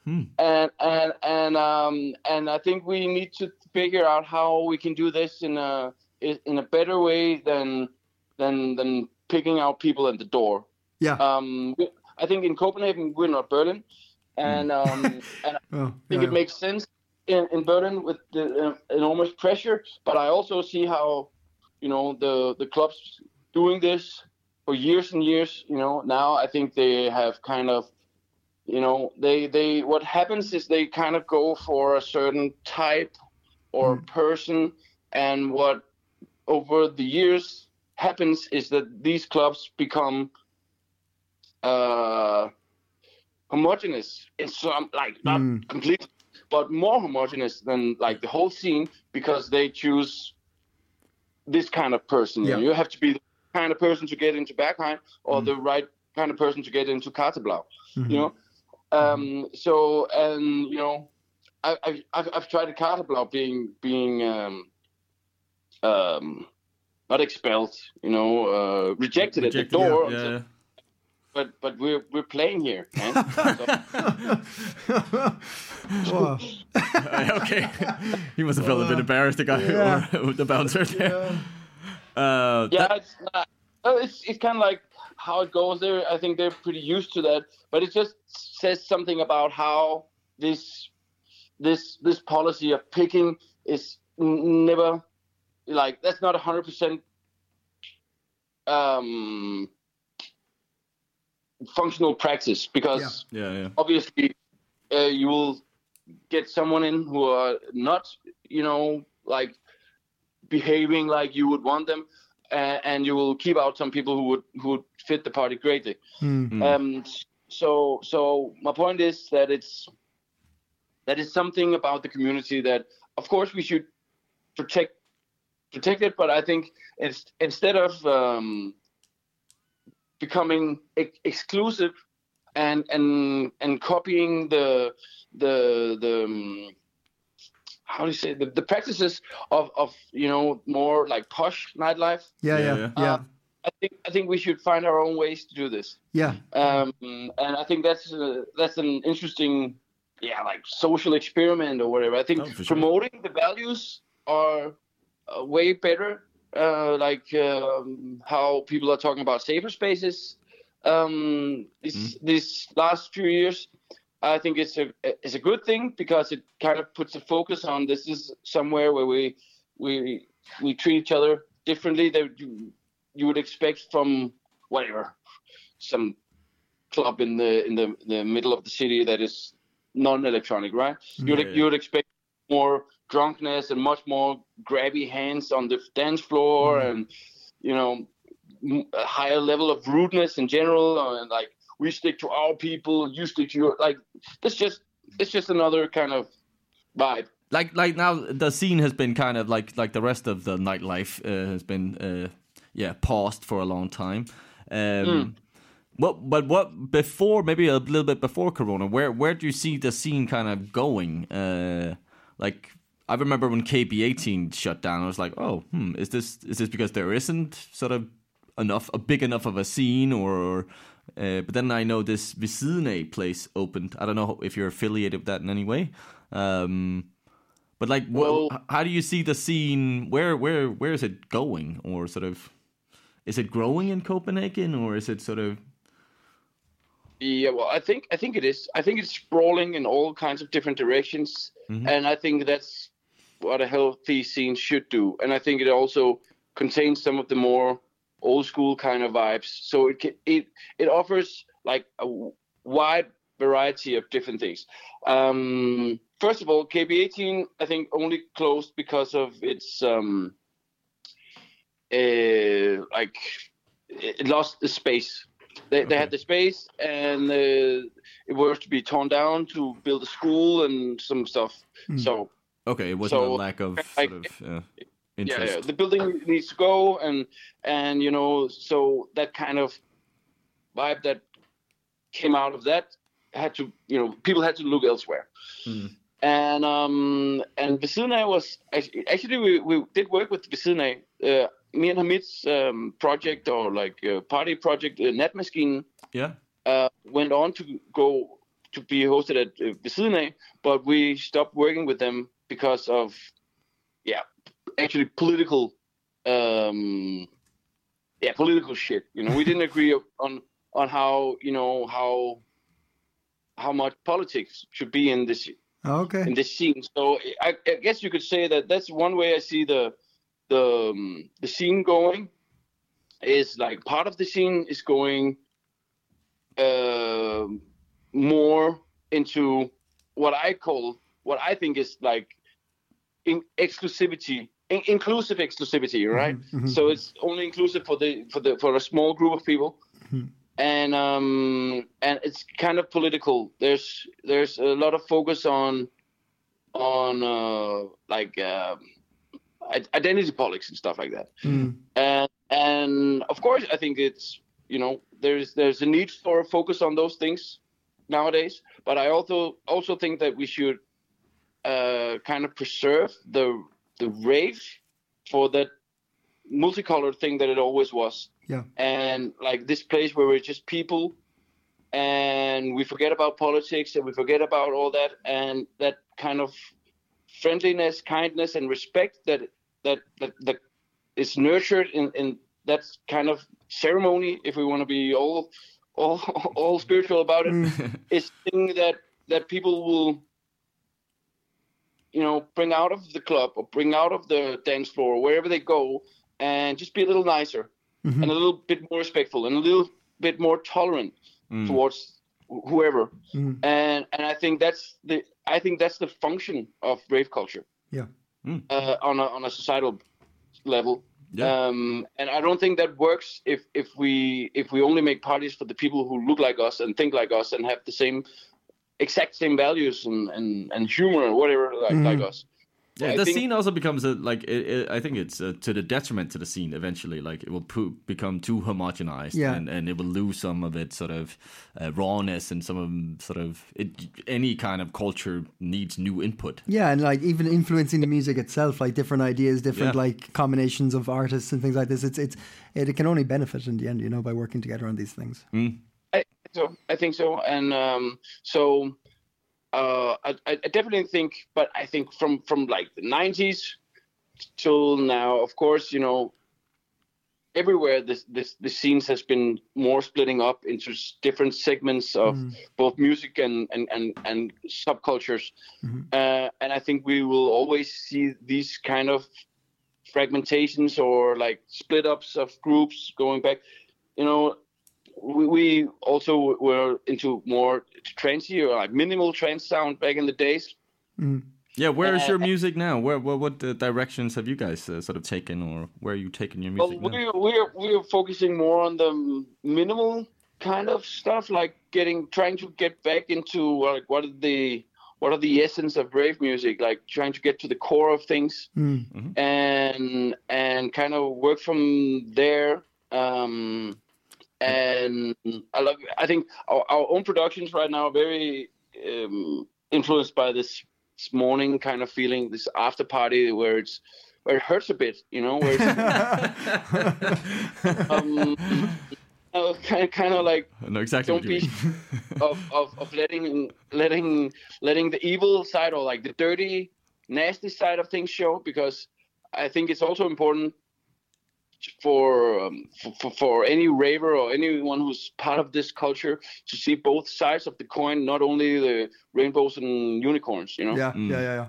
S4: And and and um and I think we need to figure out how we can do this in a in a better way than than than picking out people at the door.
S3: Yeah.
S4: Um, we- I think in Copenhagen we're not Berlin, and um, and
S3: Oh,
S4: I think
S3: yeah.
S4: it makes sense in, in Berlin with the uh, enormous pressure. But I also see how, you know, the the clubs doing this for years and years. You know, now I think they have kind of, you know, they they what happens is they kind of go for a certain type or person, and what over the years happens is that these clubs become. Uh, homogeneous in some like not complete but more homogeneous than like the whole scene because they choose this kind of person
S3: Yeah.
S4: you have to be the kind of person to get into backline or
S2: Mm.
S4: the right kind of person to get into Cartablau.
S2: Mm-hmm.
S4: you know um so and you know I, I, I've, I've tried Cartablau being being um um not expelled you know uh rejected, at the door
S2: Yeah, yeah.
S4: but but we're we're playing here man. So-
S3: Wow.
S2: Uh, okay. he must have felt a bit embarrassed, the guy
S3: Yeah.
S2: or the bouncer there. Uh,
S4: yeah,
S2: that-
S4: it's not, well, it's it's kind of like how it goes there. I think they're pretty used to that, but it just says something about how this this this policy of picking is n- never like that's not hundred percent um functional practice because
S2: yeah, yeah.
S4: obviously uh, you will get someone in who are not you know like behaving like you would want them uh, and you will keep out some people who would who would fit the party greatly
S3: Hmm.
S4: um so so my point is that it's that is something about the community that of course we should protect protect it but i think it's, instead of um becoming ex- exclusive and and and copying the the the um, how do you say the, the practices of of you know more like posh nightlife
S3: Yeah, yeah, yeah.
S2: yeah.
S3: Yeah.
S4: Um, i think i think we should find our own ways to do this
S3: yeah.
S4: um and i think that's uh, that's an interesting yeah like social experiment or whatever i think
S2: Oh, for sure.
S4: promoting the values are uh, way better uh like um, how people are talking about safer spaces um this
S2: Mm-hmm.
S4: this last few years i think it's a it's a good thing because it kind of puts a focus on this is somewhere where we we we treat each other differently than you, you would expect from whatever some club in the in the, the middle of the city that is non-electronic, right? You would,
S2: Yeah.
S4: you would expect more drunkenness and much more grabby hands on the dance floor, and you know m- a higher level of rudeness in general, uh, and like we stick to our people, you stick to your like. It's just it's just another kind of vibe.
S2: Like, like now the scene has been kind of like like the rest of the nightlife uh, has been, uh, yeah, paused for a long time.
S4: Hmm.
S2: Um, What, but what before maybe a little bit before Corona, where where do you see the scene kind of going? Uh, like I remember when KB18 shut down, I was like, oh, hmm, is this is this because there isn't sort of enough a big enough of a scene or? Uh, but then I know this Vicine place opened. I don't know if you're affiliated with that in any way. Um, but like, wh-
S4: Well-
S2: how do you see the scene? Where where where is it going? Or sort of, is it growing in Copenhagen, or is it sort of
S4: Yeah, well, I think I think it is. I think it's sprawling in all kinds of different directions, and I think that's what a healthy scene should do. And I think it also contains some of the more old school kind of vibes. So it ca- it it offers like a w- wide variety of different things. Um, first of all, KB18 I think only closed because of its um, uh, like it it lost the space. They, they had the space, and uh, it was to be torn down to build a school and some stuff. So
S2: Okay, it wasn't a
S4: So,
S2: lack of
S4: I-
S2: sort of uh,
S4: yeah,
S2: interest.
S4: yeah, the building needs to go, and and you know, so that kind of vibe that came out of that had to, you know, people had to look elsewhere. And um and Vicina was actually, actually we, we did work with Vicina uh, me and Hamid's um, project or like uh, party project, uh, Natmaskinen,
S2: Yeah.
S4: uh, went on to go to be hosted at uh, ved siden af, but we stopped working with them because of, yeah, actually political, um, yeah, political shit. You know, we didn't agree on on how you know how how much politics should be in this in
S3: Oh, Okay.
S4: this scene. So I, I guess you could say that that's one way I see the the um, the scene going is like part of the scene is going uh, more into what I call what I think is like in exclusivity. in- Inclusive exclusivity, right? So it's only inclusive for the for the for a small group of people, and um and it's kind of political. There's there's a lot of focus on on uh, like um, i- identity politics and stuff like that.
S3: Hmm.
S4: And and of course, I think it's you know there's there's a need for a focus on those things nowadays. But I also also think that we should uh, kind of preserve the the rave for that multicolored thing that it always was
S3: Yeah.
S4: and like this place where we're just people and we forget about politics and we forget about all that and that kind of friendliness kindness and respect that that that, that is nurtured in in that kind of ceremony if we want to be all all all spiritual about it is thing that that people will you know bring out of the club or bring out of the dance floor wherever they go and just be a little nicer and a little bit more respectful and a little bit more tolerant towards wh- whoever and and i think that's the i think that's the function of rave culture
S3: Yeah.
S4: uh, on a on a societal level.
S2: Yeah.
S4: Um, and I don't think that works if if we if we only make parties for the people who look like us and think like us and have the same exact same values and and, and humor and whatever like, like us.
S2: Yeah,
S4: I
S2: the
S4: think-
S2: scene also becomes a, like it, it, I think it's uh, to the detriment to the scene eventually. Like it will po- become too homogenized,
S3: Yeah.
S2: and, and it will lose some of its sort of uh, rawness and some of sort of it, any kind of culture needs new input.
S3: Yeah, and like even influencing the music itself, like different ideas, different
S2: Yeah.
S3: like combinations of artists and things like this. It's it's it, it can only benefit in the end, you know, by working together on these things.
S2: Mm-hmm.
S4: I so I think so, and um, so uh, I, I I definitely think, but I think from from like the nineties till now, of course, you know, everywhere this this the scenes has been more splitting up into s- different segments of both music and and and, and subcultures, uh, and I think we will always see these kind of fragmentations or like split ups of groups going back. You know, we, we also were into more trancey or like minimal trance sound back in the days.
S2: Yeah, where
S4: Uh,
S2: is your music now? Where, where what uh, directions have you guys uh, sort of taken, or where are you taking your
S4: But
S2: music now?
S4: we're, we're we're focusing more on the minimal kind of stuff, like getting trying to get back into like what are the what are the essence of rave music, like trying to get to the core of things,
S2: Mm-hmm.
S4: and and kind of work from there. Um, and I love. I think our, our own productions right now are very um, influenced by this, this morning kind of feeling, this after party where it's where it hurts a bit, you know, where it's um, uh, kind kind of like
S2: I know exactly
S4: don't
S2: what you
S4: be
S2: mean.
S4: of, of, of letting letting letting the evil side or like the dirty nasty side of things show because I think it's also important for um, for, for, for any raver or anyone who's part of this culture to see both sides of the coin, not only the rainbows and unicorns, you know.
S3: Yeah, yeah, yeah, yeah.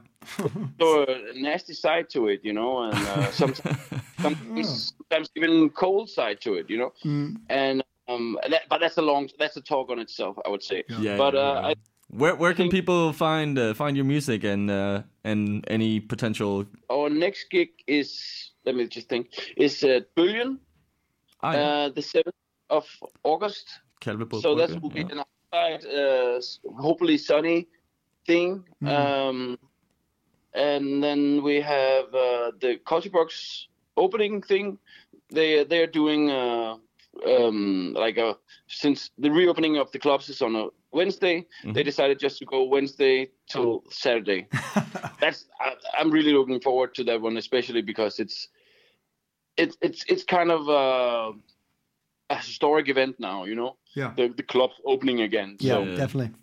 S4: So a nasty side to it, you know, and uh, sometimes, sometimes, sometimes even cold side to it, you know. And um, that, but that's a long, that's a talk on itself, I would say.
S2: Yeah,
S4: but
S2: yeah,
S4: uh,
S2: yeah.
S4: I,
S2: Where where can people find uh, find your music and uh, and any potential?
S4: our next gig is, let me just think, is uh, Billion,
S2: Ah, yeah.
S4: uh, the seventh of August.
S2: Kalvebod
S4: so
S2: Brygge,
S4: that will be
S2: yeah.
S4: an outside, uh, s- hopefully sunny thing. Um, and then we have uh, the Culture Box opening thing. They they're doing uh, um, like a since the reopening of the clubs is on a Wednesday. They decided just to go Wednesday till Saturday. That's I, I'm really looking forward to that one, especially because it's it's it's it's kind of uh, a historic event now. You know,
S3: Yeah.
S4: the the club's opening again.
S3: Yeah,
S2: Yeah.
S3: definitely.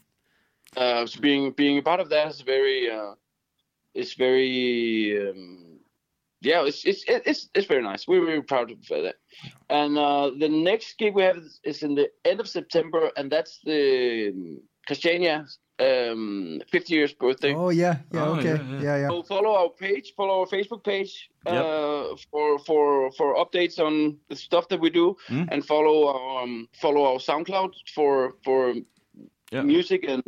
S4: uh, so being being a part of that is very uh, it's very um, yeah it's it's it- it's it's very nice. We're very proud of that. And uh, the next gig we have is, is in the end of September, and that's the um, Christiania um, 50 years birthday.
S3: Oh yeah, yeah,
S2: Oh,
S3: okay,
S2: yeah,
S3: yeah,
S2: yeah.
S3: yeah.
S4: So follow our page, follow our Facebook page uh, for for for updates on the stuff that we do,
S2: Mm.
S4: and follow our um, follow our SoundCloud for for
S2: Yeah.
S4: music and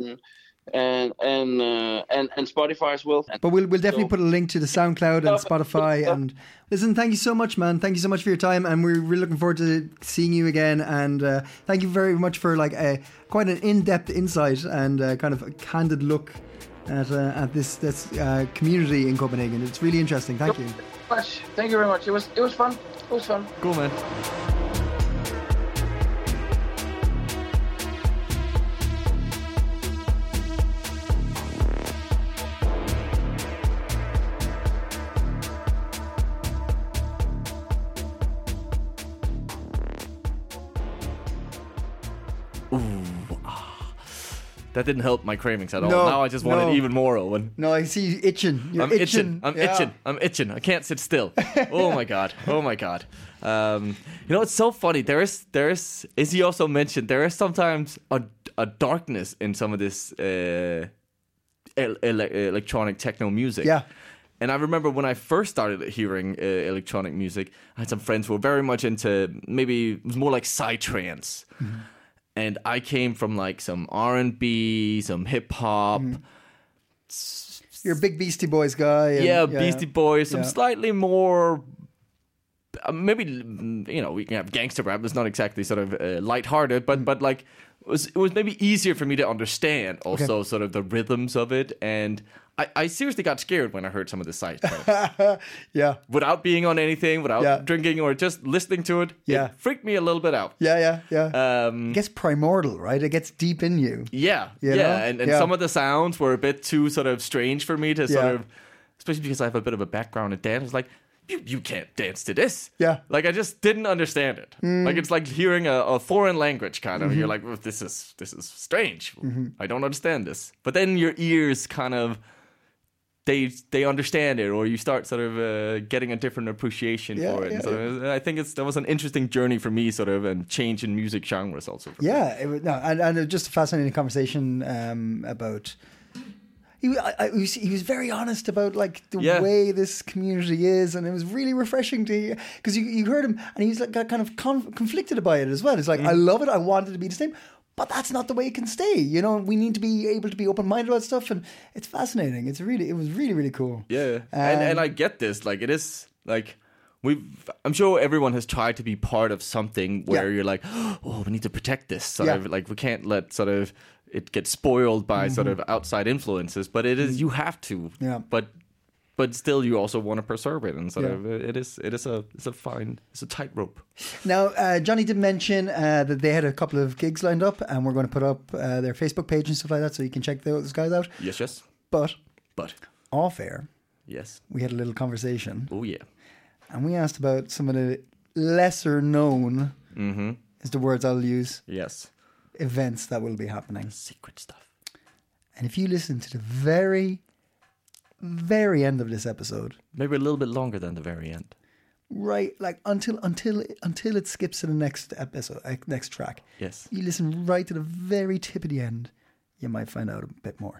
S4: and and uh, and and Spotify as well.
S3: But we'll we'll definitely
S4: So-
S3: put a link to the SoundCloud and Spotify. And listen, thank you so much, man. Thank you so much for your time, and we're really looking forward to seeing you again. And uh, thank you very much for like a quite an in-depth insight and uh, kind of a candid look at uh, at this this uh, community in Copenhagen. It's really interesting. Thank you.
S4: much. Thank you very much. It was it was fun. It was fun.
S2: Cool, man. Ooh, ah. That didn't help my cravings at all.
S3: No,
S2: now I just wanted
S3: no.
S2: even more, Owen.
S3: No, I see you itching. You're
S2: I'm itching. I'm itching. I'm itching. I can't sit still. Oh my god. Oh my god. Um, you know, it's so funny. There is, there is, as you also mentioned, there is sometimes a, a darkness in some of this uh, el- ele- electronic techno music.
S3: Yeah.
S2: And I remember when I first started hearing uh, electronic music, I had some friends who were very much into maybe it was more like psytrance,
S3: Mm-hmm.
S2: and I came from like some R and B, some hip hop.
S3: Mm-hmm. You're a big Beastie Boys guy. and-
S2: yeah, Beastie Boys, some
S3: Yeah.
S2: slightly more. Uh, maybe mm, you know we can have gangster rap. It's not exactly sort of uh, lighthearted,
S3: Mm.
S2: but but like it was it was maybe easier for me to understand also sort of the rhythms of it, and I, I seriously got scared when I heard some of the sites
S3: Yeah,
S2: without being on anything, without
S3: Yeah.
S2: drinking or just listening to it.
S3: Yeah.
S2: it freaked me a little bit out.
S3: yeah, yeah, yeah.
S2: Um,
S3: it gets primordial, right? It gets deep in you.
S2: yeah,
S3: You
S2: yeah,
S3: know?
S2: and, and
S3: Yeah.
S2: some of the sounds were a bit too sort of strange for me to sort
S3: Yeah.
S2: of, especially because I have a bit of a background in dance. It's like you you can't dance to this.
S3: Yeah. Mm.
S2: like I just didn't understand it. Like it's like hearing a, a foreign language kind of.
S3: Mm-hmm.
S2: You're like, "Well, this is this is strange. I don't understand this. But then your ears kind of. They they understand it, or you start sort of uh, getting a different appreciation
S3: Yeah,
S2: for it. and
S3: yeah,
S2: sort of- I think it's that was an interesting journey for me, sort of, and change in music genres also. For me.
S3: Yeah, it was, no, and, and it was just a fascinating conversation um, about. He, wa- I, I, he was- he was very honest about like the
S2: Yeah.
S3: way this community is, and it was really refreshing to hear because you, you heard him, and he was like got kind of conf- conflicted by it as well. It's like
S2: Mm.
S3: I love it, I want it to be the same, but that's not the way it can stay. You know, we need to be able to be open minded about stuff, and it's fascinating. It's really, it was really, really cool.
S2: Yeah, and and I get this. Like it is like we've. I'm sure everyone has tried to be part of something where
S3: Yeah.
S2: you're like, oh, we need to protect this. Sort
S3: Yeah.
S2: of like we can't let sort of it get spoiled by sort of outside influences. But it is you have to.
S3: Yeah.
S2: But but still, you also want to preserve it, and sort
S3: Yeah.
S2: of uh, it is it is a it's a fine it's a tightrope.
S3: Now, uh, Johnny did mention uh, that they had a couple of gigs lined up, and we're going to put up uh, their Facebook page and stuff like that, so you can check those guys out.
S2: Yes, yes,
S3: But
S2: but
S3: off air,
S2: yes.
S3: we had a little conversation,
S2: Oh yeah.
S3: and we asked about some of the lesser known,
S2: Mm-hmm.
S3: is the words I'll use,
S2: Yes.
S3: events that will be happening.
S2: Secret stuff.
S3: And if you listen to the very, very end of this episode,
S2: Maybe a little bit longer than the very end.
S3: right, like until until until it skips to the next episode, uh, next track.
S2: Yes.
S3: you listen right to the very tip of the end, you might find out a bit more.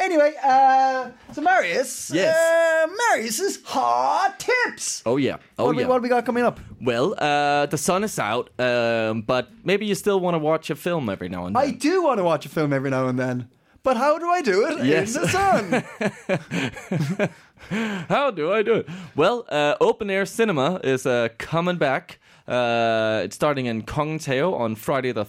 S3: Anyway, uh, so Marius,
S2: Yes.
S3: uh, Marius's hot tips.
S2: Oh yeah. Oh
S3: what,
S2: yeah.
S3: we, what we got coming up?
S2: Well, uh, the sun is out, um, but maybe you still want to watch a film every now and then.
S3: I do want to watch a film every now and then, but how do I do it
S2: Yes.
S3: in the sun?
S2: How do I do it? Well, uh, open air cinema is uh, coming back. Uh, it's starting in Kong Teo on Friday the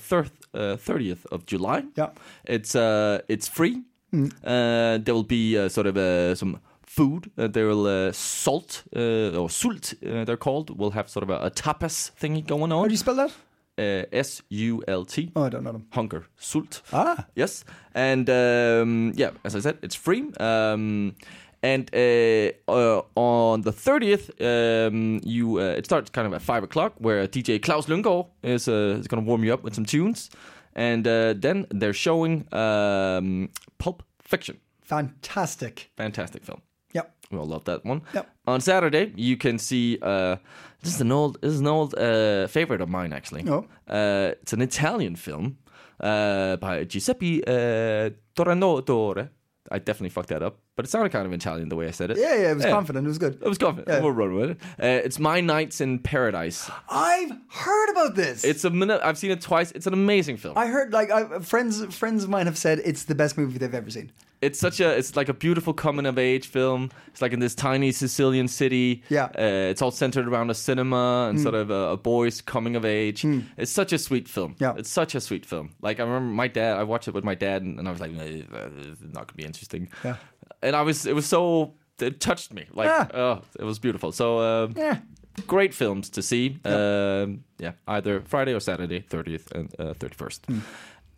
S2: uh, thirtieth of July.
S3: Yeah. Mm.
S2: it's uh, it's free. Uh, there will be uh, sort of uh, some food. Uh, there will uh, salt uh, or sult. Uh, they're called. We'll have sort of a, a tapas thingy going
S3: how
S2: on.
S3: do you spell that?
S2: Uh, S U L T.
S3: Oh, I don't know them.
S2: Hunger, sult.
S3: Ah.
S2: Yes. And um, yeah, as I said, it's free. Um, And uh, uh, on the 30th, um, you uh, it starts kind of at 5 o'clock, where DJ Klaus Lundgaard is, uh, is going to warm you up with some tunes. And uh, then they're showing um, Pulp Fiction.
S3: Fantastic.
S2: Fantastic film.
S3: Yep.
S2: We all love that one.
S3: Yep.
S2: On Saturday, you can see uh, this is an old this is an old uh, favorite of mine actually.
S3: Oh.
S2: Uh, it's an Italian film uh, by Giuseppe uh, Tornatore. I definitely fucked that up, but it sounded kind of Italian the way I said it.
S3: Yeah, yeah, it was confident. It was good.
S2: It was confident.
S3: Yeah.
S2: We'll run with it. Uh, it's My Nights in Paradise.
S3: I've heard about this.
S2: It's a minute. I've seen it twice. It's an amazing film.
S3: I heard like I, friends friends of mine have said it's the best movie they've ever seen.
S2: it's such a it's like a beautiful coming of age film. It's like in this tiny Sicilian city.
S3: Yeah. Hmm.
S2: uh, it's all centered around a cinema and sort of a, a boy's coming of age. It's such a sweet film.
S3: Yeah.
S2: it's such a sweet film. Like I remember my dad. I watched it with my dad, and, and I was like, "Nah, it's not gonna be interesting.
S3: Yeah.
S2: and I was it was so it touched me. Like
S3: Yeah.
S2: oh, it was beautiful. So um,
S3: Yeah.
S2: great films to see. Um, yeah, either Friday or Saturday, thirtieth and thirty first.
S3: Hmm.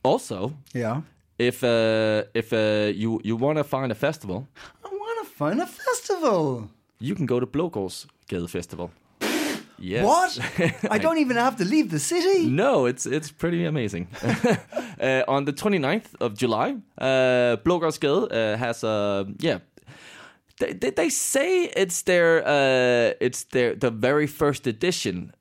S2: Also,
S3: Yeah.
S2: if uh, if uh, you you want to find a festival,
S3: I want to find a festival.
S2: you can go to Blågårds Gade Festival. Yes.
S3: What? I don't even have to leave the city.
S2: No, it's it's pretty amazing. uh, on the 29th of July, uh, Blågårds Gade uh, has a yeah. They, they, they say it's their uh, it's their the very first edition,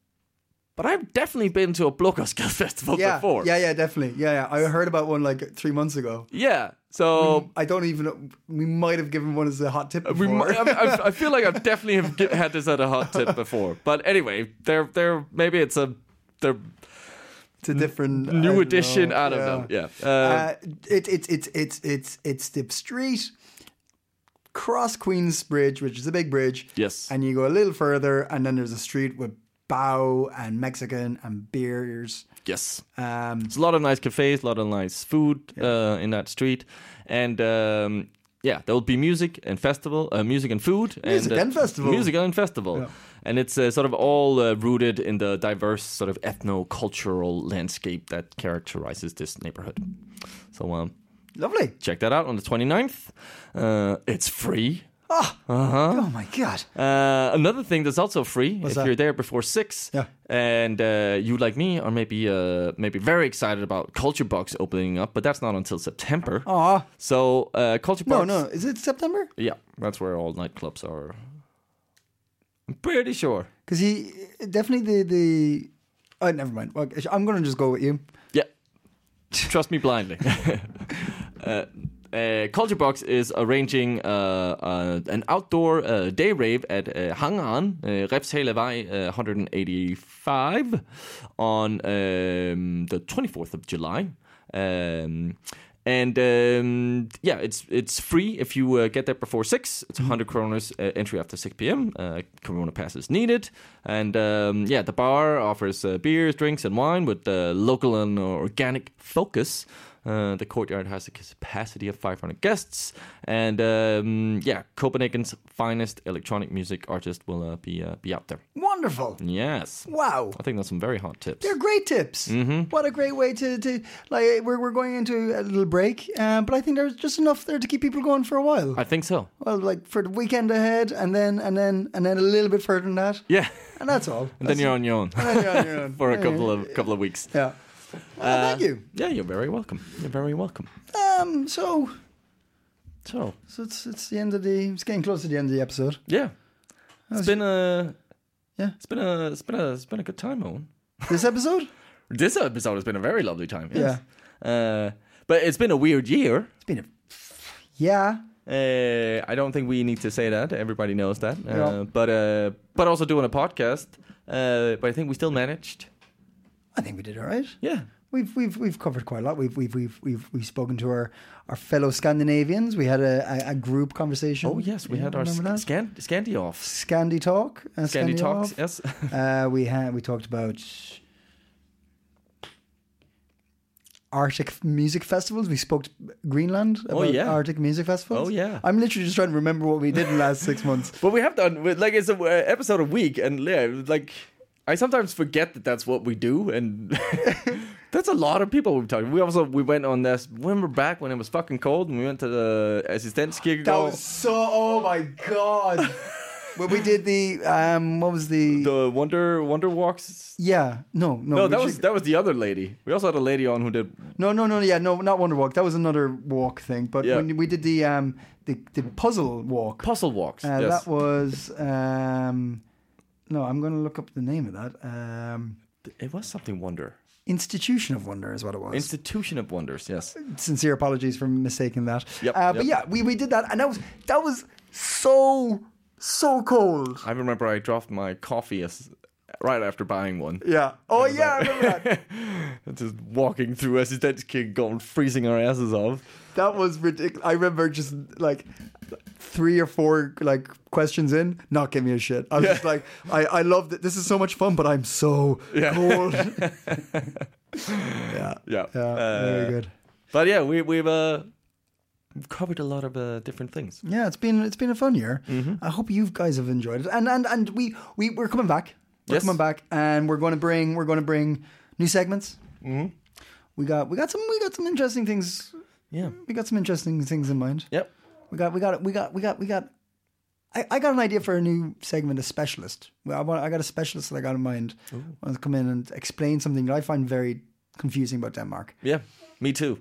S2: but I've definitely been to a Blågårds Gade festival
S3: Yeah.
S2: before.
S3: Yeah, yeah, definitely. Yeah, yeah. I heard about one like three months ago.
S2: yeah. So
S3: I don't even. We might have given one as a hot tip before.
S2: We might, I, I, I feel like I've definitely have get, had this at a hot tip before. But anyway, they're they're maybe it's a they're
S3: it's a different I
S2: new
S3: don't
S2: edition.
S3: know.
S2: I don't know. Yeah, uh,
S3: Uh, it, it, it's it's it's it's the street cross Queens Bridge, which is a big bridge.
S2: Yes.
S3: And you go a little further, and then there's a street with bow and Mexican and beers.
S2: yes.
S3: Um,
S2: It's a lot of nice cafes, a lot of nice food uh, in that street, and. Um, yeah, there will be music and festival, uh, music and food,
S3: Music
S2: uh,
S3: and festival.
S2: music and festival, and it's uh, sort of all uh, rooted in the diverse sort of ethno-cultural landscape that characterizes this neighborhood. So, um,
S3: lovely.
S2: check that out on the 29th. Uh, it's free.
S3: Oh my god.
S2: Uh, another thing that's also free if
S3: that?
S2: you're there before six,
S3: Yeah.
S2: and uh, you like me are maybe uh, maybe very excited about Culture Box opening up, but that's not until September.
S3: Aw.
S2: So uh, Culture
S3: No,
S2: Box,
S3: no. Is it September?
S2: yeah, that's where all nightclubs are. I'm pretty sure.
S3: Because he definitely the the. Oh, never mind. Well, I'm gonna just go with you.
S2: Yeah. Trust me blindly. uh, uh, Culture Box is arranging uh, uh, an outdoor uh, day rave at uh, Hangaren, uh, Repshalevej uh, 185 on um, the 24th of July. Um, and um, yeah, it's it's free if you uh, get there before six. It's 100 kroners uh, entry after 6 p.m. Uh, corona pass is needed, and um, yeah, the bar offers uh, beers, drinks, and wine with uh, local and organic focus. Uh, the courtyard has a capacity of 500 guests, and um, yeah, Copenhagen's finest electronic music artist will uh, be uh, be out there.
S3: Wonderful.
S2: Mm. Yes,
S3: Wow.
S2: I think that's some very hot tips.
S3: They're great tips. What a great way to, to like we're, we're going into a little break, um, but I think there's just enough there to keep people going for a while.
S2: I think so.
S3: well, like for the weekend ahead, and then and then and then a little bit further than that,
S2: Yeah,
S3: and that's all.
S2: and then you're on your own
S3: you're on your own.
S2: for a couple of couple of weeks.
S3: yeah. Well, thank you.
S2: Yeah, you're very welcome. You're very welcome.
S3: Um, so
S2: So
S3: so it's it's the end of the it's getting close to the end of the episode.
S2: yeah, it's been a
S3: Yeah.
S2: it's been a it's been a it's been a good time, Owen.
S3: This episode,
S2: This episode has been a very lovely time. Yes. Yeah, uh, but it's been a weird year.
S3: it's been a yeah.
S2: Uh, I don't think we need to say that. Everybody knows that. Uh,
S3: Yeah.
S2: But uh, but also doing a podcast. Uh, but I think we still managed.
S3: I think we did all right.
S2: Yeah.
S3: We've we've we've covered quite a lot. We've we've we've we've we've spoken to our, our fellow Scandinavians. We had a, a, a group conversation.
S2: Oh yes, we
S3: Yeah,
S2: had our
S3: remember that?
S2: sc- scan Scandi offs.
S3: Scandi talk. Uh,
S2: Scandi talks.
S3: off.
S2: Yes.
S3: Uh, we had we talked about Arctic music festivals. We spoke to Greenland about
S2: Oh, yeah.
S3: Arctic music festivals.
S2: Oh, yeah.
S3: I'm literally just trying to remember what we did in the last six months.
S2: But we have done with- like it's uh, an episode a week, and yeah, like I sometimes forget that that's what we do, and That's a lot of people we've talked. We also we went on this. Remember back when it was fucking cold, and we went to the assistance
S3: That was so. Oh my god. when we did the um, what was the?
S2: the Wonder Wonder Walks.
S3: yeah, no, no,
S2: No,
S3: we
S2: that
S3: should-
S2: was that was the other lady. We also had a lady on who did.
S3: no, no, no, yeah, no, not Wonder Walk. That was another walk thing. But
S2: Yeah.
S3: when we did the um, the, the puzzle walk,
S2: Puzzle walks.
S3: uh,
S2: yes.
S3: that was um, no, I'm going to look up the name of that. Um,
S2: it was something wonder.
S3: Institution of Wonder is what it was.
S2: Institution of Wonders. Yes.
S3: sincere apologies for mistaking that.
S2: Yep,
S3: uh, But
S2: yep.
S3: yeah, we, we did that, and that was that was so so cold.
S2: I remember I dropped my coffee as, right after buying one.
S3: Yeah. Oh yeah, I remember that.
S2: Just walking through Assistance King, going freezing our asses off.
S3: That was ridiculous. I remember just like three or four like questions in, not give me a shit. I was just like, I I love that. This is so much fun, but I'm so cold. yeah.
S2: Yeah.
S3: Yeah.
S2: Uh,
S3: very good.
S2: But yeah, we, we've uh, covered a lot of uh, different things.
S3: Yeah, it's been it's been a fun year. I hope you guys have enjoyed it. And and and we we we're coming back. We're
S2: Yes.
S3: coming back, and we're going to bring we're going to bring new segments. Mm-hmm. We got we got some we got some interesting things.
S2: Yeah.
S3: We got some interesting things in mind.
S2: Yep.
S3: We got we got we got we got we got. I, I got an idea for a new segment, a specialist. Well, I want I got a specialist that I got in mind. I want to come in and explain something that I find very confusing about Denmark
S2: Yeah. Me too.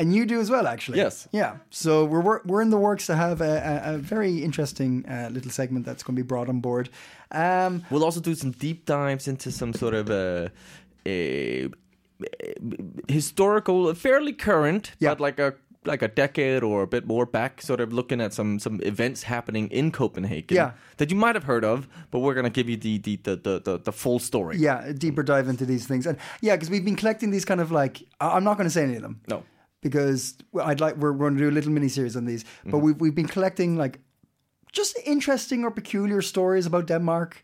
S3: and you do as well, actually.
S2: Yes.
S3: Yeah. So we're wor- we're in the works to have a, a, a very interesting uh, little segment that's going to be brought on board. Um,
S2: We'll also do some deep dives into some sort of uh, a, historical, fairly current,
S3: Yeah.
S2: but like a like a decade or a bit more back, sort of looking at some some events happening in Copenhagen
S3: Yeah.
S2: that you might have heard of, but we're gonna give you the the the the, the, the full story. Mm.
S3: yeah, a deeper dive into these things, and yeah, because we've been collecting these kind of like I- I'm not going to say any of them.
S2: No.
S3: Because I'd like we're, we're going to do a little mini series on these,
S2: Mm-hmm.
S3: but we've we've been collecting like just interesting or peculiar stories about Denmark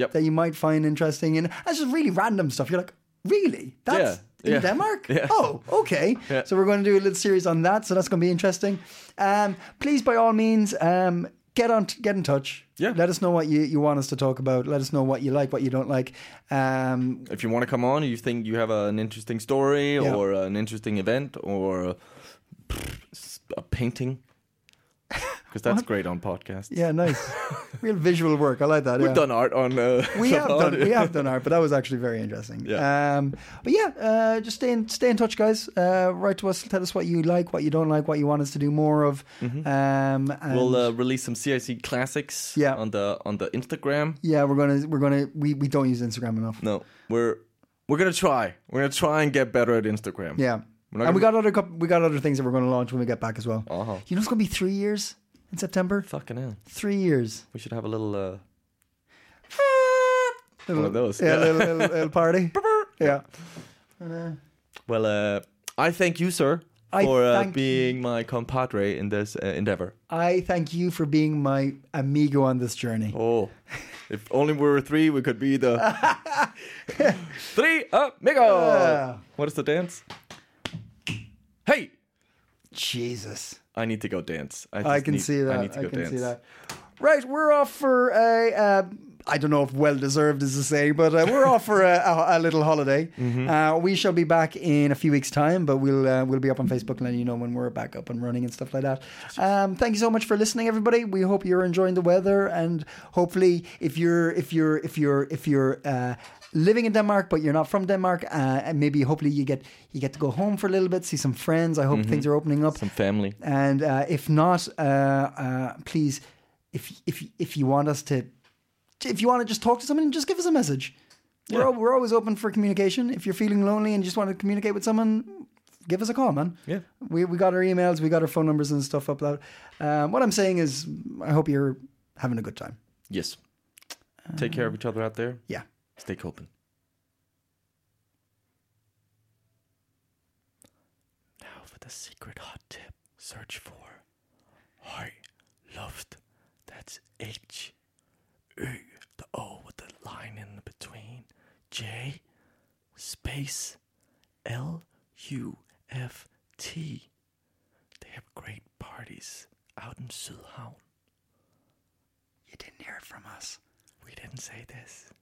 S2: Yep.
S3: that you might find interesting, and that's just really random stuff. You're like, really? That's
S2: Yeah,
S3: in
S2: yeah.
S3: Denmark? Oh, okay. So we're going to do a little series on that. So that's going to be interesting. Um, please, by all means, um, get on, get in touch.
S2: Yeah.
S3: Let us know what you, you want us to talk about. Let us know what you like, what you don't like. Um,
S2: If you want to come on, you think you have an interesting story
S3: Yeah.
S2: or an interesting event or pff, a painting, because that's great on podcasts.
S3: yeah, nice. Real visual work. I like that.
S2: We've
S3: yeah.
S2: done art on. Uh,
S3: we have
S2: on-
S3: done we have done art, but that was actually very interesting.
S2: Yeah.
S3: Um, but yeah, uh, just stay in stay in touch, guys. Uh, write to us, tell us what you like, what you don't like, what you want us to do more of. Um, and
S2: Mm-hmm. We'll uh, release some CIC classics
S3: Yeah.
S2: on the on the Instagram.
S3: yeah, we're gonna we're gonna we, we don't use Instagram enough.
S2: No, we're we're gonna try. We're gonna try and get better at Instagram.
S3: Yeah,
S2: not
S3: and we got other coup we got other things that we're gonna launch when we get back as well.
S2: Uh-huh.
S3: You know, it's gonna be three years in September.
S2: Fucking hell.
S3: Three years.
S2: We should have a little uh,
S3: Little-
S2: of those.
S3: Yeah,
S2: Yeah.
S3: little, little, little party. yeah.
S2: well. Uh, I thank you, sir,
S3: I
S2: for uh,
S3: thank
S2: being my compadre in this uh, endeavor.
S3: I thank you for being my amigo on this journey.
S2: Oh, if only we were three, we could be the three amigo.
S3: Yeah.
S2: What is the dance? Hey,
S3: Jesus.
S2: I need to go dance. I,
S3: I
S2: just
S3: can
S2: need-
S3: see that.
S2: I
S3: I,
S2: need to go
S3: can
S2: dance.
S3: see that. Right, we're off for a. Uh, I don't know if well deserved is to say, but uh, we're off for a, a, a little holiday.
S2: Mm-hmm.
S3: Uh, we shall be back in a few weeks' time, but we'll uh, we'll be up on Facebook letting you know when we're back up and running and stuff like that. Um, thank you so much for listening, everybody. We hope you're enjoying the weather, and hopefully, if you're if you're if you're if you're uh, living in Denmark but you're not from Denmark, uh, and maybe hopefully you get you get to go home for a little bit, see some friends. I hope things are opening up.
S2: Mm-hmm. Some family.
S3: And uh, if not, uh, uh, please, if if if you want us to, if you want to just talk to someone, just give us a message. We're al- we're always open for communication. If you're feeling lonely and just want to communicate with someone, give us a call, man.
S2: Yeah.
S3: we we got our emails, we got our phone numbers and stuff up loud. Um, what I'm saying is, I hope you're having a good time.
S2: Yes. Take care of
S3: Um,
S2: each other out there.
S3: Yeah.
S2: Stay coping. Now for the secret hot tip. Search for I loved. That's H. Ö, the O with the line in between. J space L U F T. They have great parties out in Sydhavn.
S3: You didn't hear it from us.
S2: We didn't say this.